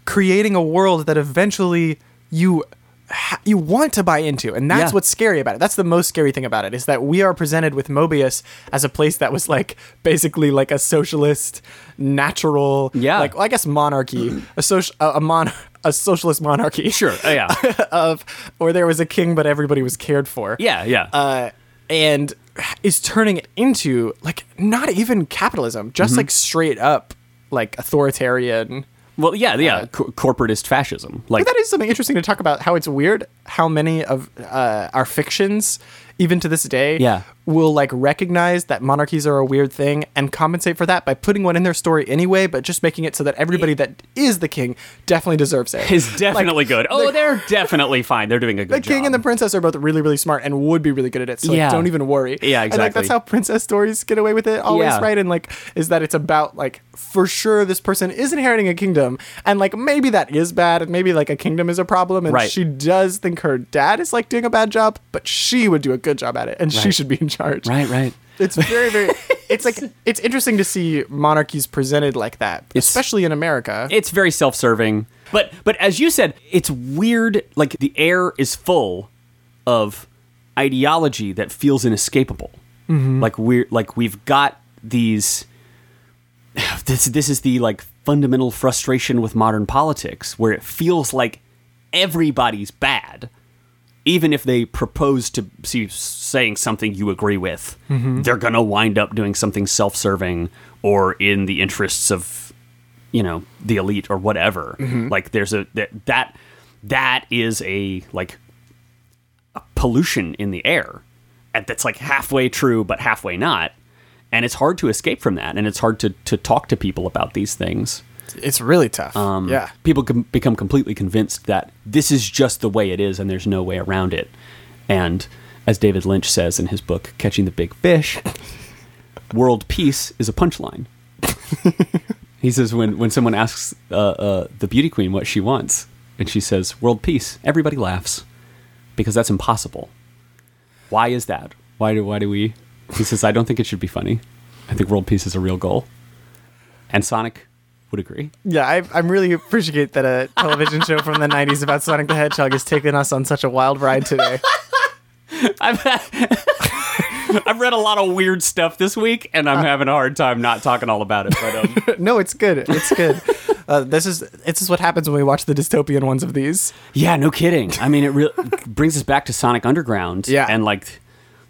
Speaker 2: creating a world that eventually you ha- you want to buy into, and that's
Speaker 1: Yeah.
Speaker 2: what's scary about it. That's the most scary thing about it is that we are presented with Mobius as a place that was like basically like a socialist, natural,
Speaker 1: Yeah.
Speaker 2: like well, I guess monarchy, a social, a, a mon. A socialist monarchy,
Speaker 1: Sure. <laughs> Oh, yeah.
Speaker 2: <laughs> of where there was a king, but everybody was cared for
Speaker 1: yeah. Yeah.
Speaker 2: uh, and is turning it into like not even capitalism, just
Speaker 1: Mm-hmm.
Speaker 2: like straight up like authoritarian.
Speaker 1: well, yeah. Yeah. co- corporatist fascism. Like
Speaker 2: uh, But that is something interesting to talk about. How it's weird how many of uh, our fictions, even to this day,
Speaker 1: Yeah.
Speaker 2: will like recognize that monarchies are a weird thing and compensate for that by putting one in their story anyway, but just making it so that everybody that is the king definitely deserves it.
Speaker 1: is definitely
Speaker 2: <laughs> Like,
Speaker 1: good. Oh,
Speaker 2: the-
Speaker 1: they're definitely fine. They're doing a good
Speaker 2: the king
Speaker 1: job.
Speaker 2: and the princess are both really really smart and would be really good at it so like,
Speaker 1: Yeah.
Speaker 2: don't even worry
Speaker 1: Yeah,
Speaker 2: and like that's
Speaker 1: exactly.
Speaker 2: how princess stories get away with it always
Speaker 1: Yeah.
Speaker 2: right and like is that it's about like for sure this person is inheriting a kingdom and like maybe that is bad and maybe like a kingdom is a problem and
Speaker 1: Right.
Speaker 2: she does think her dad is like doing a bad job but she would do a good job at it and she
Speaker 1: Right.
Speaker 2: should be in charge
Speaker 1: right. Right.
Speaker 2: it's
Speaker 1: <laughs>
Speaker 2: very very it's like it's interesting to see monarchies presented like that especially in america
Speaker 1: it's very self-serving but but as you said it's weird like the air is full of ideology that feels inescapable like we're like we've got these <sighs> this this is the like fundamental frustration with modern politics where it feels like everybody's bad even if they propose to see saying something you agree with they're going to wind up doing something self-serving or in the interests of you know the elite or whatever like there's a that, that that is a like a pollution in the air and that's like halfway true but halfway not and it's hard to escape from that and it's hard to to talk to people about these things
Speaker 2: it's really tough
Speaker 1: um,
Speaker 2: yeah
Speaker 1: people com- become completely convinced that this is just the way it is and there's no way around it and as david lynch says in his book catching the big fish world peace is a punchline he says when, when someone asks uh, uh, the beauty queen what she wants and she says world peace everybody laughs because that's impossible why is that why do, why do we he says i don't think it should be funny i think world peace is a real goal and Sonic would agree.
Speaker 2: Yeah, I, I'm really appreciate that a television show from the 90s about Sonic the Hedgehog has taken us on such a wild
Speaker 1: <laughs>
Speaker 2: ride today.
Speaker 1: I've I've read a lot of weird stuff this week, and I'm having a hard time not talking all about it. But um,
Speaker 2: no, it's good. It's good. Uh, this is this is what happens when we watch the dystopian ones of these.
Speaker 1: <laughs> yeah, no kidding. I mean, it really brings us back to Sonic Underground,
Speaker 2: Yeah.
Speaker 1: and like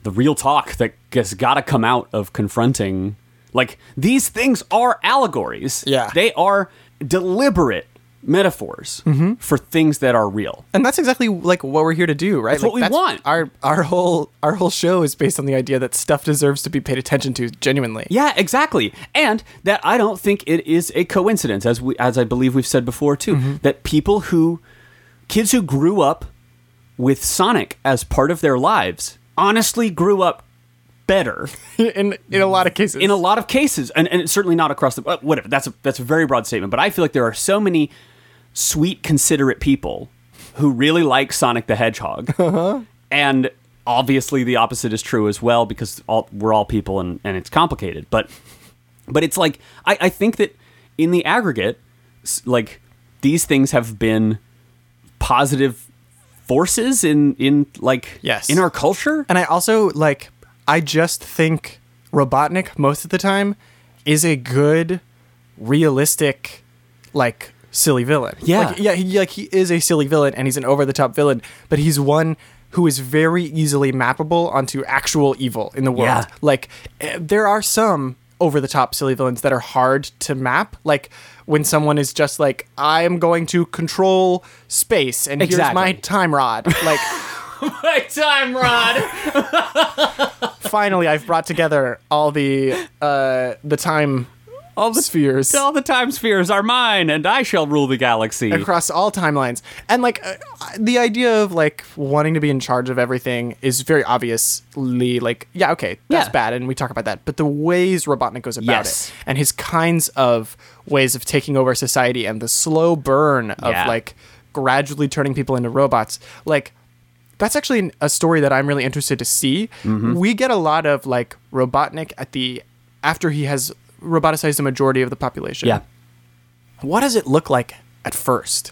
Speaker 1: the real talk that has got to come out of confronting. Like these things are allegories.
Speaker 2: Yeah.
Speaker 1: they are deliberate metaphors for things that are real.
Speaker 2: And that's exactly like what we're here to do, right? That's
Speaker 1: what we want.
Speaker 2: Our our whole our whole show is based on the idea that stuff deserves to be paid attention to genuinely.
Speaker 1: Yeah, exactly. And that I don't think it is a coincidence, as we as I believe we've said before too, that people who kids who grew up with Sonic as part of their lives honestly grew up better
Speaker 2: <laughs> in in a lot of cases.
Speaker 1: in a lot of cases, and, and it's certainly not across the uh, whatever. That's a that's a very broad statement, but I feel like there are so many sweet, considerate people who really like Sonic the Hedgehog, and obviously the opposite is true as well because all, we're all people and, and it's complicated. But but it's like I, I think that in the aggregate, s- like these things have been positive forces in in like
Speaker 2: Yes.
Speaker 1: in our culture.
Speaker 2: And I also like I just think Robotnik most of the time is a good realistic like silly villain.
Speaker 1: Yeah.
Speaker 2: Like yeah, he like he is a silly villain and he's an over the top villain, but he's one who is very easily mappable onto actual evil in the world.
Speaker 1: Yeah.
Speaker 2: Like eh, there are some over the top silly villains that are hard to map, like when someone is just like I am going to control space and here's
Speaker 1: Exactly.
Speaker 2: my time rod. Like
Speaker 1: <laughs> My time, Rod.
Speaker 2: <laughs> finally I've brought together all the uh the time all the spheres
Speaker 1: All the time spheres are mine, and I shall rule the galaxy.
Speaker 2: across all timelines. And like uh, the idea of like wanting to be in charge of everything is very obviously like yeah, okay, that's
Speaker 1: Yeah.
Speaker 2: bad and we talk about that. But the ways Robotnik goes about
Speaker 1: Yes.
Speaker 2: it and his kinds of ways of taking over society and the slow burn of
Speaker 1: Yeah.
Speaker 2: like gradually turning people into robots. Like that's actually an- a story that I'm really interested to see.
Speaker 1: Mm-hmm.
Speaker 2: We get a lot of like Robotnik at the after he has roboticized the majority of the population.
Speaker 1: Yeah.
Speaker 2: What does it look like at first?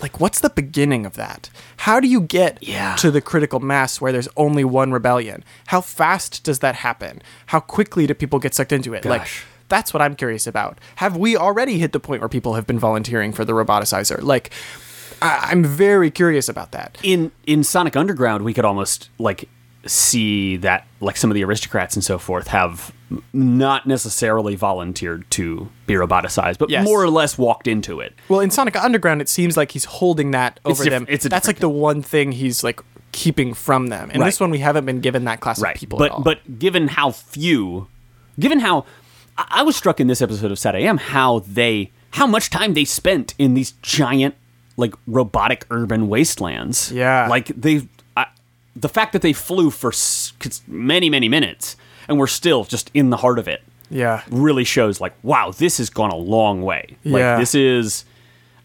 Speaker 2: Like what's the beginning of that? How do you get
Speaker 1: Yeah.
Speaker 2: to the critical mass where there's only one rebellion? How fast does that happen? How quickly do people get sucked into it? Like
Speaker 1: Gosh.
Speaker 2: that's what I'm curious about. Have we already hit the point where people have been volunteering for the roboticizer? Like I- I'm very curious about that.
Speaker 1: In in Sonic Underground, we could almost like see that like some of the aristocrats and so forth have m- not necessarily volunteered to be roboticized, but
Speaker 2: Yes.
Speaker 1: more or less walked into it.
Speaker 2: Well, in Sonic Underground, it seems like he's holding that over
Speaker 1: diff-
Speaker 2: them.
Speaker 1: it's a
Speaker 2: That's like
Speaker 1: different
Speaker 2: the one thing he's like keeping from them. In this
Speaker 1: Right.
Speaker 2: one, we haven't been given that class of people
Speaker 1: but
Speaker 2: at all.
Speaker 1: but given how few, given how I, I was struck in this episode of Sad I Am how they how much time they spent in these giant like robotic urban wastelands.
Speaker 2: Yeah.
Speaker 1: like they I, the fact that they flew for s- many many minutes and we're still just in the heart of it
Speaker 2: yeah,
Speaker 1: really shows like wow this has gone a long way
Speaker 2: Yeah.
Speaker 1: like this is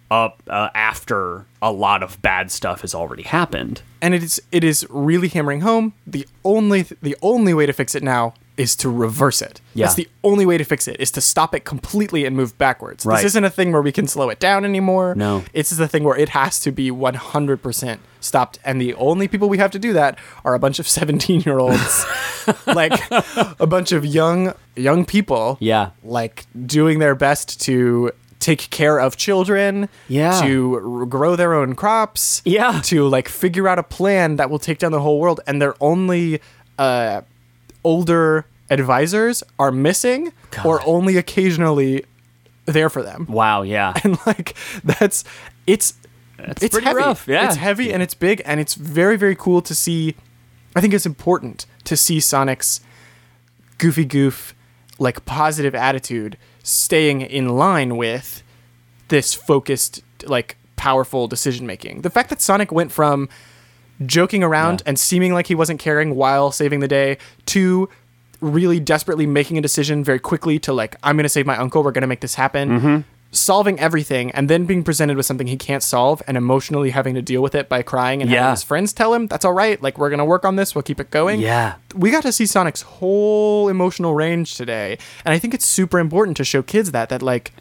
Speaker 1: up uh, after a lot of bad stuff has already happened
Speaker 2: and it is it is really hammering home the only th- the only way to fix it now is to reverse it.
Speaker 1: Yeah.
Speaker 2: That's the only way to fix it is to stop it completely and move backwards.
Speaker 1: Right.
Speaker 2: This isn't a thing where we can slow it down anymore.
Speaker 1: No.
Speaker 2: It's the thing where it has to be 100% stopped and the only people we have to do that are a bunch of <laughs> 17-year-olds. like a bunch of young young people.
Speaker 1: Yeah.
Speaker 2: Like doing their best to take care of children,
Speaker 1: Yeah.
Speaker 2: to r- grow their own crops,
Speaker 1: Yeah.
Speaker 2: to like figure out a plan that will take down the whole world and their only uh older advisors are missing or
Speaker 1: God.
Speaker 2: only occasionally there for them <laughs>
Speaker 1: wow yeah
Speaker 2: and like that's it's it's
Speaker 1: pretty
Speaker 2: heavy
Speaker 1: rough, yeah.
Speaker 2: it's heavy and it's big and it's very very cool to see i think it's important to see sonic's goofy goof like positive attitude staying in line with this focused like powerful decision making the fact that sonic went from joking around and seeming like he wasn't caring while saving the day to
Speaker 1: Mm-hmm.
Speaker 2: really desperately making a decision very quickly to like i'm gonna save my uncle we're gonna make this happen solving everything and then being presented with something he can't solve and emotionally having to deal with it by crying and having
Speaker 1: Yeah.
Speaker 2: his friends tell him that's all right like we're gonna work on this we'll keep it going
Speaker 1: Yeah.
Speaker 2: we got to see sonic's whole emotional range today and i think it's super important to show kids that that like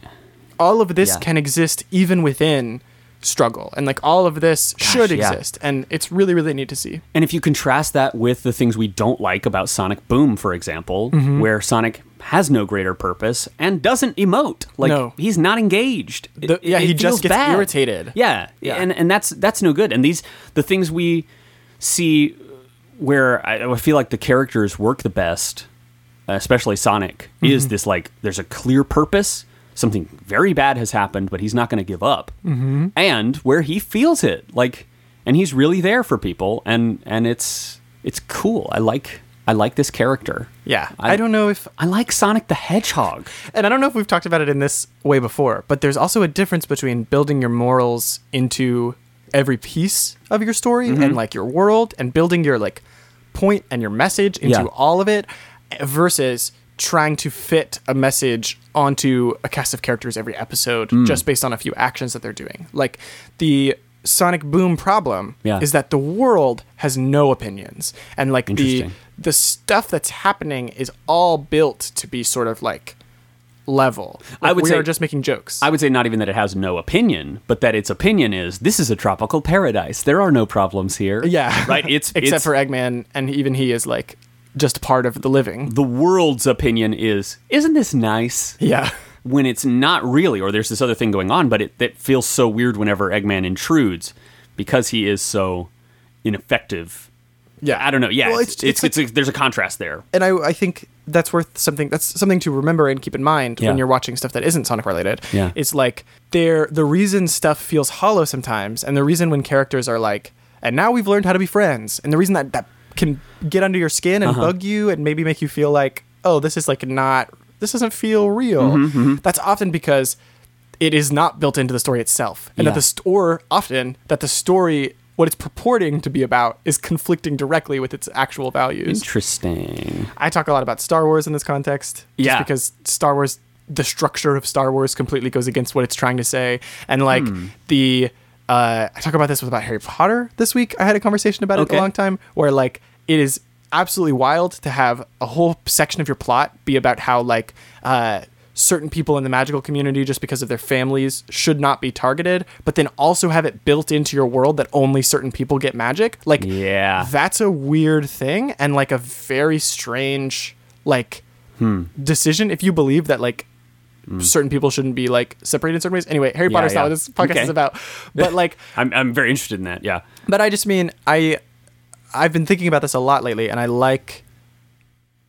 Speaker 2: all of this
Speaker 1: Yeah.
Speaker 2: can exist even within struggle and like all of this should
Speaker 1: yeah.
Speaker 2: exist and it's really really neat to see
Speaker 1: And if you contrast that with the things we don't like about Sonic Boom, for example,
Speaker 2: Mm-hmm.
Speaker 1: where Sonic has no greater purpose and doesn't emote, like
Speaker 2: No.
Speaker 1: he's not engaged. It-
Speaker 2: The- yeah,
Speaker 1: it
Speaker 2: he just
Speaker 1: feels
Speaker 2: gets
Speaker 1: bad.
Speaker 2: irritated.
Speaker 1: Yeah,
Speaker 2: Yeah.
Speaker 1: and and that's that's no good. And these the things we see where I, I feel like the characters work the best, especially Sonic, is
Speaker 2: Mm-hmm.
Speaker 1: this like there's a clear purpose. Something very bad has happened, but he's not going to give up. Mm-hmm. And where he feels it, like, and he's really there for people, and and it's it's cool. I like I like this character.
Speaker 2: yeah
Speaker 1: I-
Speaker 2: I don't know if
Speaker 1: I like Sonic the Hedgehog.
Speaker 2: and I don't know if we've talked about it in this way before, but there's also a difference between building your morals into every piece of your story
Speaker 1: Mm-hmm.
Speaker 2: and like your world and building your like point and your message into
Speaker 1: Yeah.
Speaker 2: all of it versus trying to fit a message onto a cast of characters every episode
Speaker 1: Mm.
Speaker 2: just based on a few actions that they're doing. Like the Sonic Boom problem
Speaker 1: Yeah.
Speaker 2: is that the world has no opinions and like the
Speaker 1: Interesting.
Speaker 2: the stuff that's happening is all built to be sort of like level.
Speaker 1: I
Speaker 2: Like,
Speaker 1: would
Speaker 2: we
Speaker 1: say-
Speaker 2: are just making jokes.
Speaker 1: I would say not even that it has no opinion, but that its opinion is this is a tropical paradise. There are no problems here.
Speaker 2: <laughs> yeah,
Speaker 1: Right? It's
Speaker 2: <laughs> except
Speaker 1: it's-
Speaker 2: for Eggman, and even he is like just part of the living.
Speaker 1: the world's opinion is isn't this nice?
Speaker 2: Yeah,
Speaker 1: When it's not really, or there's this other thing going on, but it that feels so weird whenever Eggman intrudes because he is so ineffective.
Speaker 2: yeah.
Speaker 1: I don't know. Yeah,
Speaker 2: Well,
Speaker 1: it's, it's, it's, there's a contrast there.
Speaker 2: and I, I think that's worth something that's something to remember and keep in mind
Speaker 1: Yeah.
Speaker 2: when you're watching stuff that isn't sonic related
Speaker 1: Yeah.
Speaker 2: it's like they're the reason stuff feels hollow sometimes and the reason when characters are like and now we've learned how to be friends and the reason that that can get under your skin
Speaker 1: Uh-huh.
Speaker 2: and bug you and maybe make you feel like oh this is like not this doesn't feel real
Speaker 1: Mm-hmm,
Speaker 2: that's often because it is not built into the story itself and that
Speaker 1: Yeah.
Speaker 2: the store often that the story what it's purporting to be about is conflicting directly with its actual values
Speaker 1: Interesting.
Speaker 2: I talk a lot about Star Wars in this context. Just
Speaker 1: Yeah.
Speaker 2: Because Star Wars, the structure of Star Wars completely goes against what it's trying to say. And like
Speaker 1: Hmm.
Speaker 2: the, uh, I talk about this with about Harry Potter this week. I had a conversation about it
Speaker 1: Okay.
Speaker 2: a long time where like it is absolutely wild to have a whole section of your plot be about how like, uh, certain people in the magical community just because of their families should not be targeted but then also have it built into your world that only certain people get magic like
Speaker 1: Yeah.
Speaker 2: that's a weird thing and like a very strange like decision if you believe that like certain people shouldn't be like separated in certain ways anyway harry
Speaker 1: Yeah,
Speaker 2: potter's not
Speaker 1: yeah.
Speaker 2: what this podcast
Speaker 1: Okay.
Speaker 2: is about but like
Speaker 1: I'm I'm very interested in that. Yeah.
Speaker 2: but i just mean i i've been thinking about this a lot lately and i like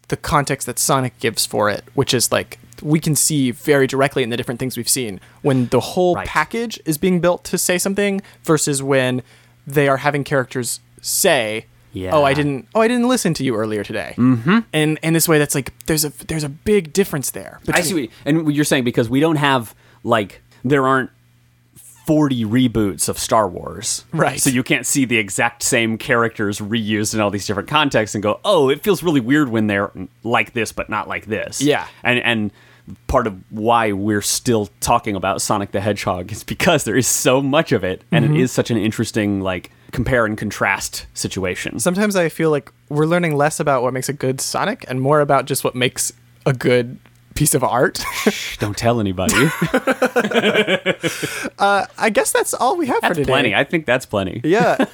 Speaker 2: the context that sonic gives for it which is like we can see very directly in the different things we've seen when the whole
Speaker 1: Right.
Speaker 2: package is being built to say something versus when they are having characters say oh i
Speaker 1: Yeah.
Speaker 2: didn't oh i didn't listen to you earlier today mm-hmm. and in this way that's like there's a there's a big difference there
Speaker 1: I see. What, you- and what you're saying because we don't have like there aren't 40 reboots of Star Wars,
Speaker 2: Right.
Speaker 1: So you can't see the exact same characters reused in all these different contexts and go, oh, it feels really weird when they're like this but not like this.
Speaker 2: Yeah.
Speaker 1: and and part of why we're still talking about Sonic the Hedgehog is because there is so much of it, and
Speaker 2: Mm-hmm.
Speaker 1: it is such an interesting like compare and contrast situation.
Speaker 2: sometimes I feel like we're learning less about what makes a good Sonic and more about just what makes a good piece of art. <laughs>
Speaker 1: don't tell anybody.
Speaker 2: I guess that's all we have for
Speaker 1: that's
Speaker 2: today.
Speaker 1: plenty. I think that's plenty. <laughs>
Speaker 2: Yeah. <laughs>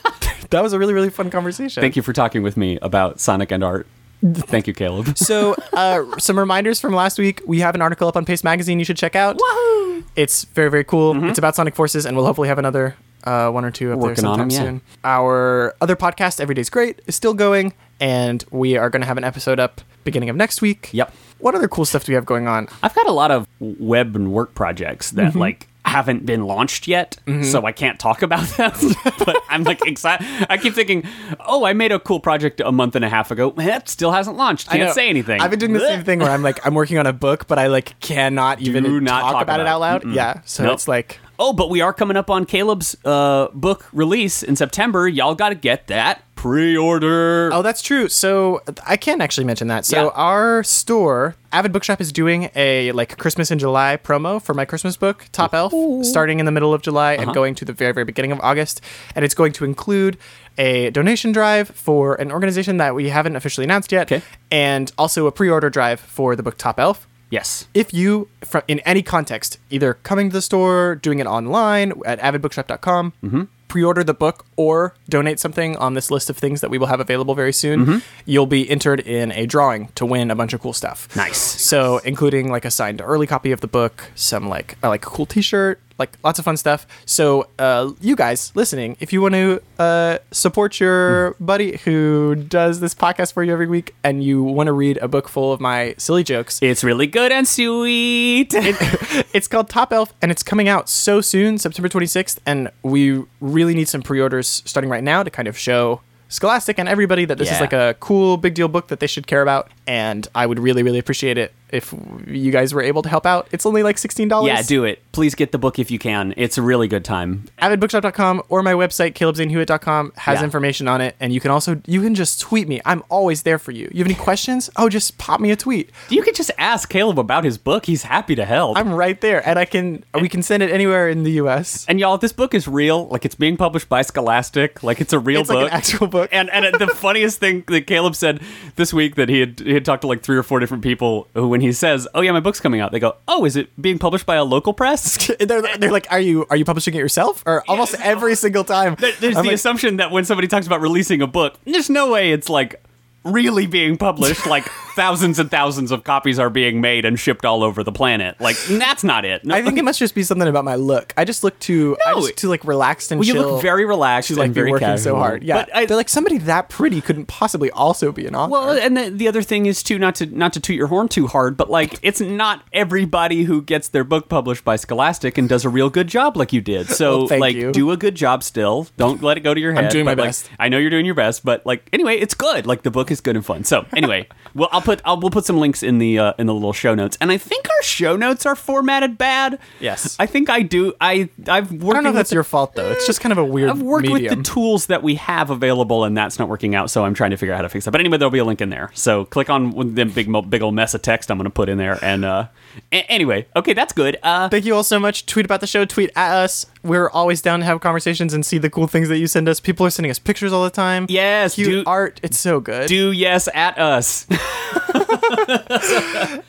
Speaker 2: that was a really, really fun conversation.
Speaker 1: Thank you for talking with me about Sonic and art. Thank you, Caleb.
Speaker 2: So, uh, some reminders from last week. We have an article up on Pace Magazine you should check out.
Speaker 1: Woohoo! Mm-hmm.
Speaker 2: It's very, very cool. It's about Sonic Forces, and we'll hopefully have another uh, one or two up
Speaker 1: Working
Speaker 2: there
Speaker 1: on
Speaker 2: sometime
Speaker 1: 'em, yeah.
Speaker 2: soon. Our other podcast, Everyday's Great, is still going, and we are going to have an episode up beginning of next week.
Speaker 1: Yep.
Speaker 2: What other cool stuff do we have going on?
Speaker 1: I've got a lot of web and work projects that
Speaker 2: Mm-hmm.
Speaker 1: like haven't been launched yet, so I can't talk about them. <laughs> but I'm like excited. I keep thinking, oh, I made a cool project a month and a half ago. That still hasn't launched.
Speaker 2: I
Speaker 1: Can't
Speaker 2: know.
Speaker 1: say anything.
Speaker 2: I've been doing the
Speaker 1: Blech.
Speaker 2: same thing where I'm like, I'm working on a book, but I like cannot even
Speaker 1: not
Speaker 2: talk,
Speaker 1: talk about
Speaker 2: about, it
Speaker 1: it.
Speaker 2: out loud. Yeah, so
Speaker 1: Nope.
Speaker 2: it's like,
Speaker 1: Oh, but we are coming up on Caleb's uh, book release in September. Y'all got to get that pre-order.
Speaker 2: Oh, that's true. So I can actually mention that. So
Speaker 1: Yeah.
Speaker 2: our store, Avid Bookshop, is doing a like Christmas in July promo for my Christmas book, Top Elf, starting in the middle of July
Speaker 1: Uh-huh.
Speaker 2: and going to the very, very beginning of August. And it's going to include a donation drive for an organization that we haven't officially announced yet,
Speaker 1: Okay.
Speaker 2: and also a pre-order drive for the book Top Elf
Speaker 1: Yes.
Speaker 2: if you fr in any context either coming to the store doing it online at avidbookshop.com pre-order the book or donate something on this list of things that we will have available very soon you'll be entered in a drawing to win a bunch of cool stuff
Speaker 1: Nice.
Speaker 2: so including like a signed early copy of the book some like uh, like a cool t-shirt like lots of fun stuff so uh, you guys listening if you want to uh, support your buddy who does this podcast for you every week and you want to read a book full of my silly jokes
Speaker 1: It's really good and sweet.
Speaker 2: it, <laughs> it's called Top Elf, and it's coming out so soon, September 26th. And we really need some pre-orders starting right now to kind of show Scholastic and everybody that this
Speaker 1: Yeah.
Speaker 2: is like a cool big deal book that they should care about. And I would really, really appreciate it if you guys were able to help out. It's only like sixteen dollars.
Speaker 1: yeah, do it. Please get the book if you can. It's a really good time.
Speaker 2: avidbookshop.com or my website calebzanehewitt.com has
Speaker 1: Yeah.
Speaker 2: information on it and you can also you can just tweet me i'm always there for you you have any questions oh just pop me a tweet
Speaker 1: You could just ask Caleb about his book. He's happy to help.
Speaker 2: i'm right there and i can we can send it anywhere in the us
Speaker 1: and y'all, this book is real. Like it's being published by Scholastic. Like it's a real
Speaker 2: it's
Speaker 1: book.
Speaker 2: like an actual <laughs> book
Speaker 1: and and the funniest thing that Caleb said this week that he had he had talked to like three or four different people who when he says, "Oh yeah, my book's coming out," they go, "Oh, is it being published by a local
Speaker 2: <laughs>
Speaker 1: press?" <laughs>
Speaker 2: they're, they're like, are you are you publishing it yourself? Or almost every single time,
Speaker 1: There's
Speaker 2: I'm
Speaker 1: the
Speaker 2: like,
Speaker 1: assumption that when somebody talks about releasing a book, there's no way it's like really being published.
Speaker 2: <laughs>
Speaker 1: like thousands and thousands of copies are being made and shipped all over the planet. Like that's not it. No,
Speaker 2: I think it must just be something about my look. I just look too, I
Speaker 1: No.
Speaker 2: just too like relaxed and
Speaker 1: Well, you
Speaker 2: chill.
Speaker 1: look very relaxed.
Speaker 2: like
Speaker 1: and very
Speaker 2: working so
Speaker 1: casual.
Speaker 2: hard. Yeah,
Speaker 1: but I,
Speaker 2: they're like somebody that pretty couldn't possibly also be an author.
Speaker 1: Well, and the, the other thing is too not to not to toot your horn too hard, but like it's not everybody who gets their book published by Scholastic and does a real good job like you did. So
Speaker 2: <laughs> Well, thank
Speaker 1: like
Speaker 2: you.
Speaker 1: do a good job still. Don't let it go to your head.
Speaker 2: doing my
Speaker 1: but, like,
Speaker 2: best.
Speaker 1: I know you're doing your best, but like anyway, it's good. Like the book is good and fun. So
Speaker 2: <laughs>
Speaker 1: anyway, well I'll put I'll, we'll put some links in the uh, in the little show notes, and I think our show notes are formatted bad.
Speaker 2: Yes.
Speaker 1: I think I do. I I've worked.
Speaker 2: I don't know if that's your fault though. It's just kind of a weird
Speaker 1: I've worked with
Speaker 2: medium.
Speaker 1: the tools that we have available, and that's not working out. So I'm trying to figure out how to fix that. But anyway, there'll be a link in there. So click on one of them big, mo- big old mess of text I'm going to put in there. And uh, a- anyway, okay, that's good. Uh,
Speaker 2: Thank you all so much. Tweet about the show. Tweet at us. We're always down to have conversations and see the cool things that you send us. People are sending us pictures all the time.
Speaker 1: Yes,
Speaker 2: cute
Speaker 1: do-
Speaker 2: art. It's so good.
Speaker 1: do yes at
Speaker 2: <laughs>
Speaker 1: us.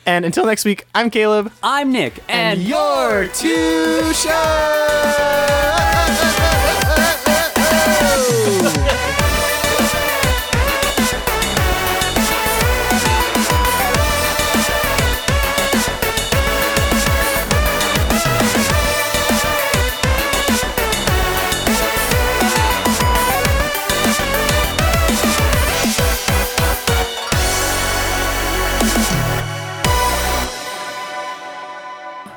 Speaker 2: and until next week, I'm Caleb.
Speaker 1: I'm Nick, and,
Speaker 2: your two shows.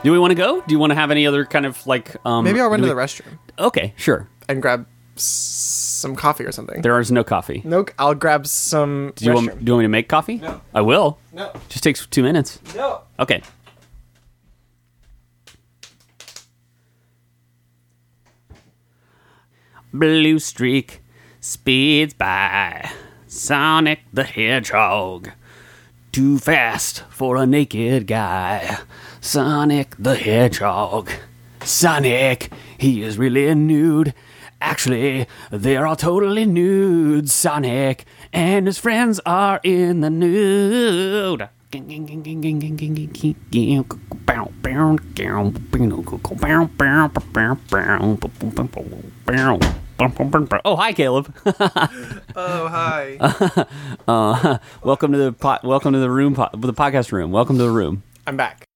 Speaker 1: do we want to go? Do you want to have any other kind of like? Um,
Speaker 2: Maybe I'll run
Speaker 1: do
Speaker 2: to
Speaker 1: we-
Speaker 2: the restroom
Speaker 1: Okay, sure.
Speaker 2: and grab s- some coffee or something.
Speaker 1: There is no coffee.
Speaker 2: no, I'll grab some.
Speaker 1: Do you, want, do you want me to make coffee? No. I will.
Speaker 2: No.
Speaker 1: Just takes two minutes.
Speaker 2: No.
Speaker 1: Okay. Blue streak speeds by. Sonic the Hedgehog. Too fast for a naked guy. Sonic the Hedgehog. Sonic, he is really nude. Actually, they are all totally nude. Sonic and his friends are in the nude. Oh, hi, Caleb. <laughs>
Speaker 2: Oh hi.
Speaker 1: Uh, welcome to the pot. Welcome to the room. Po- the podcast room. Welcome to the room.
Speaker 2: I'm back.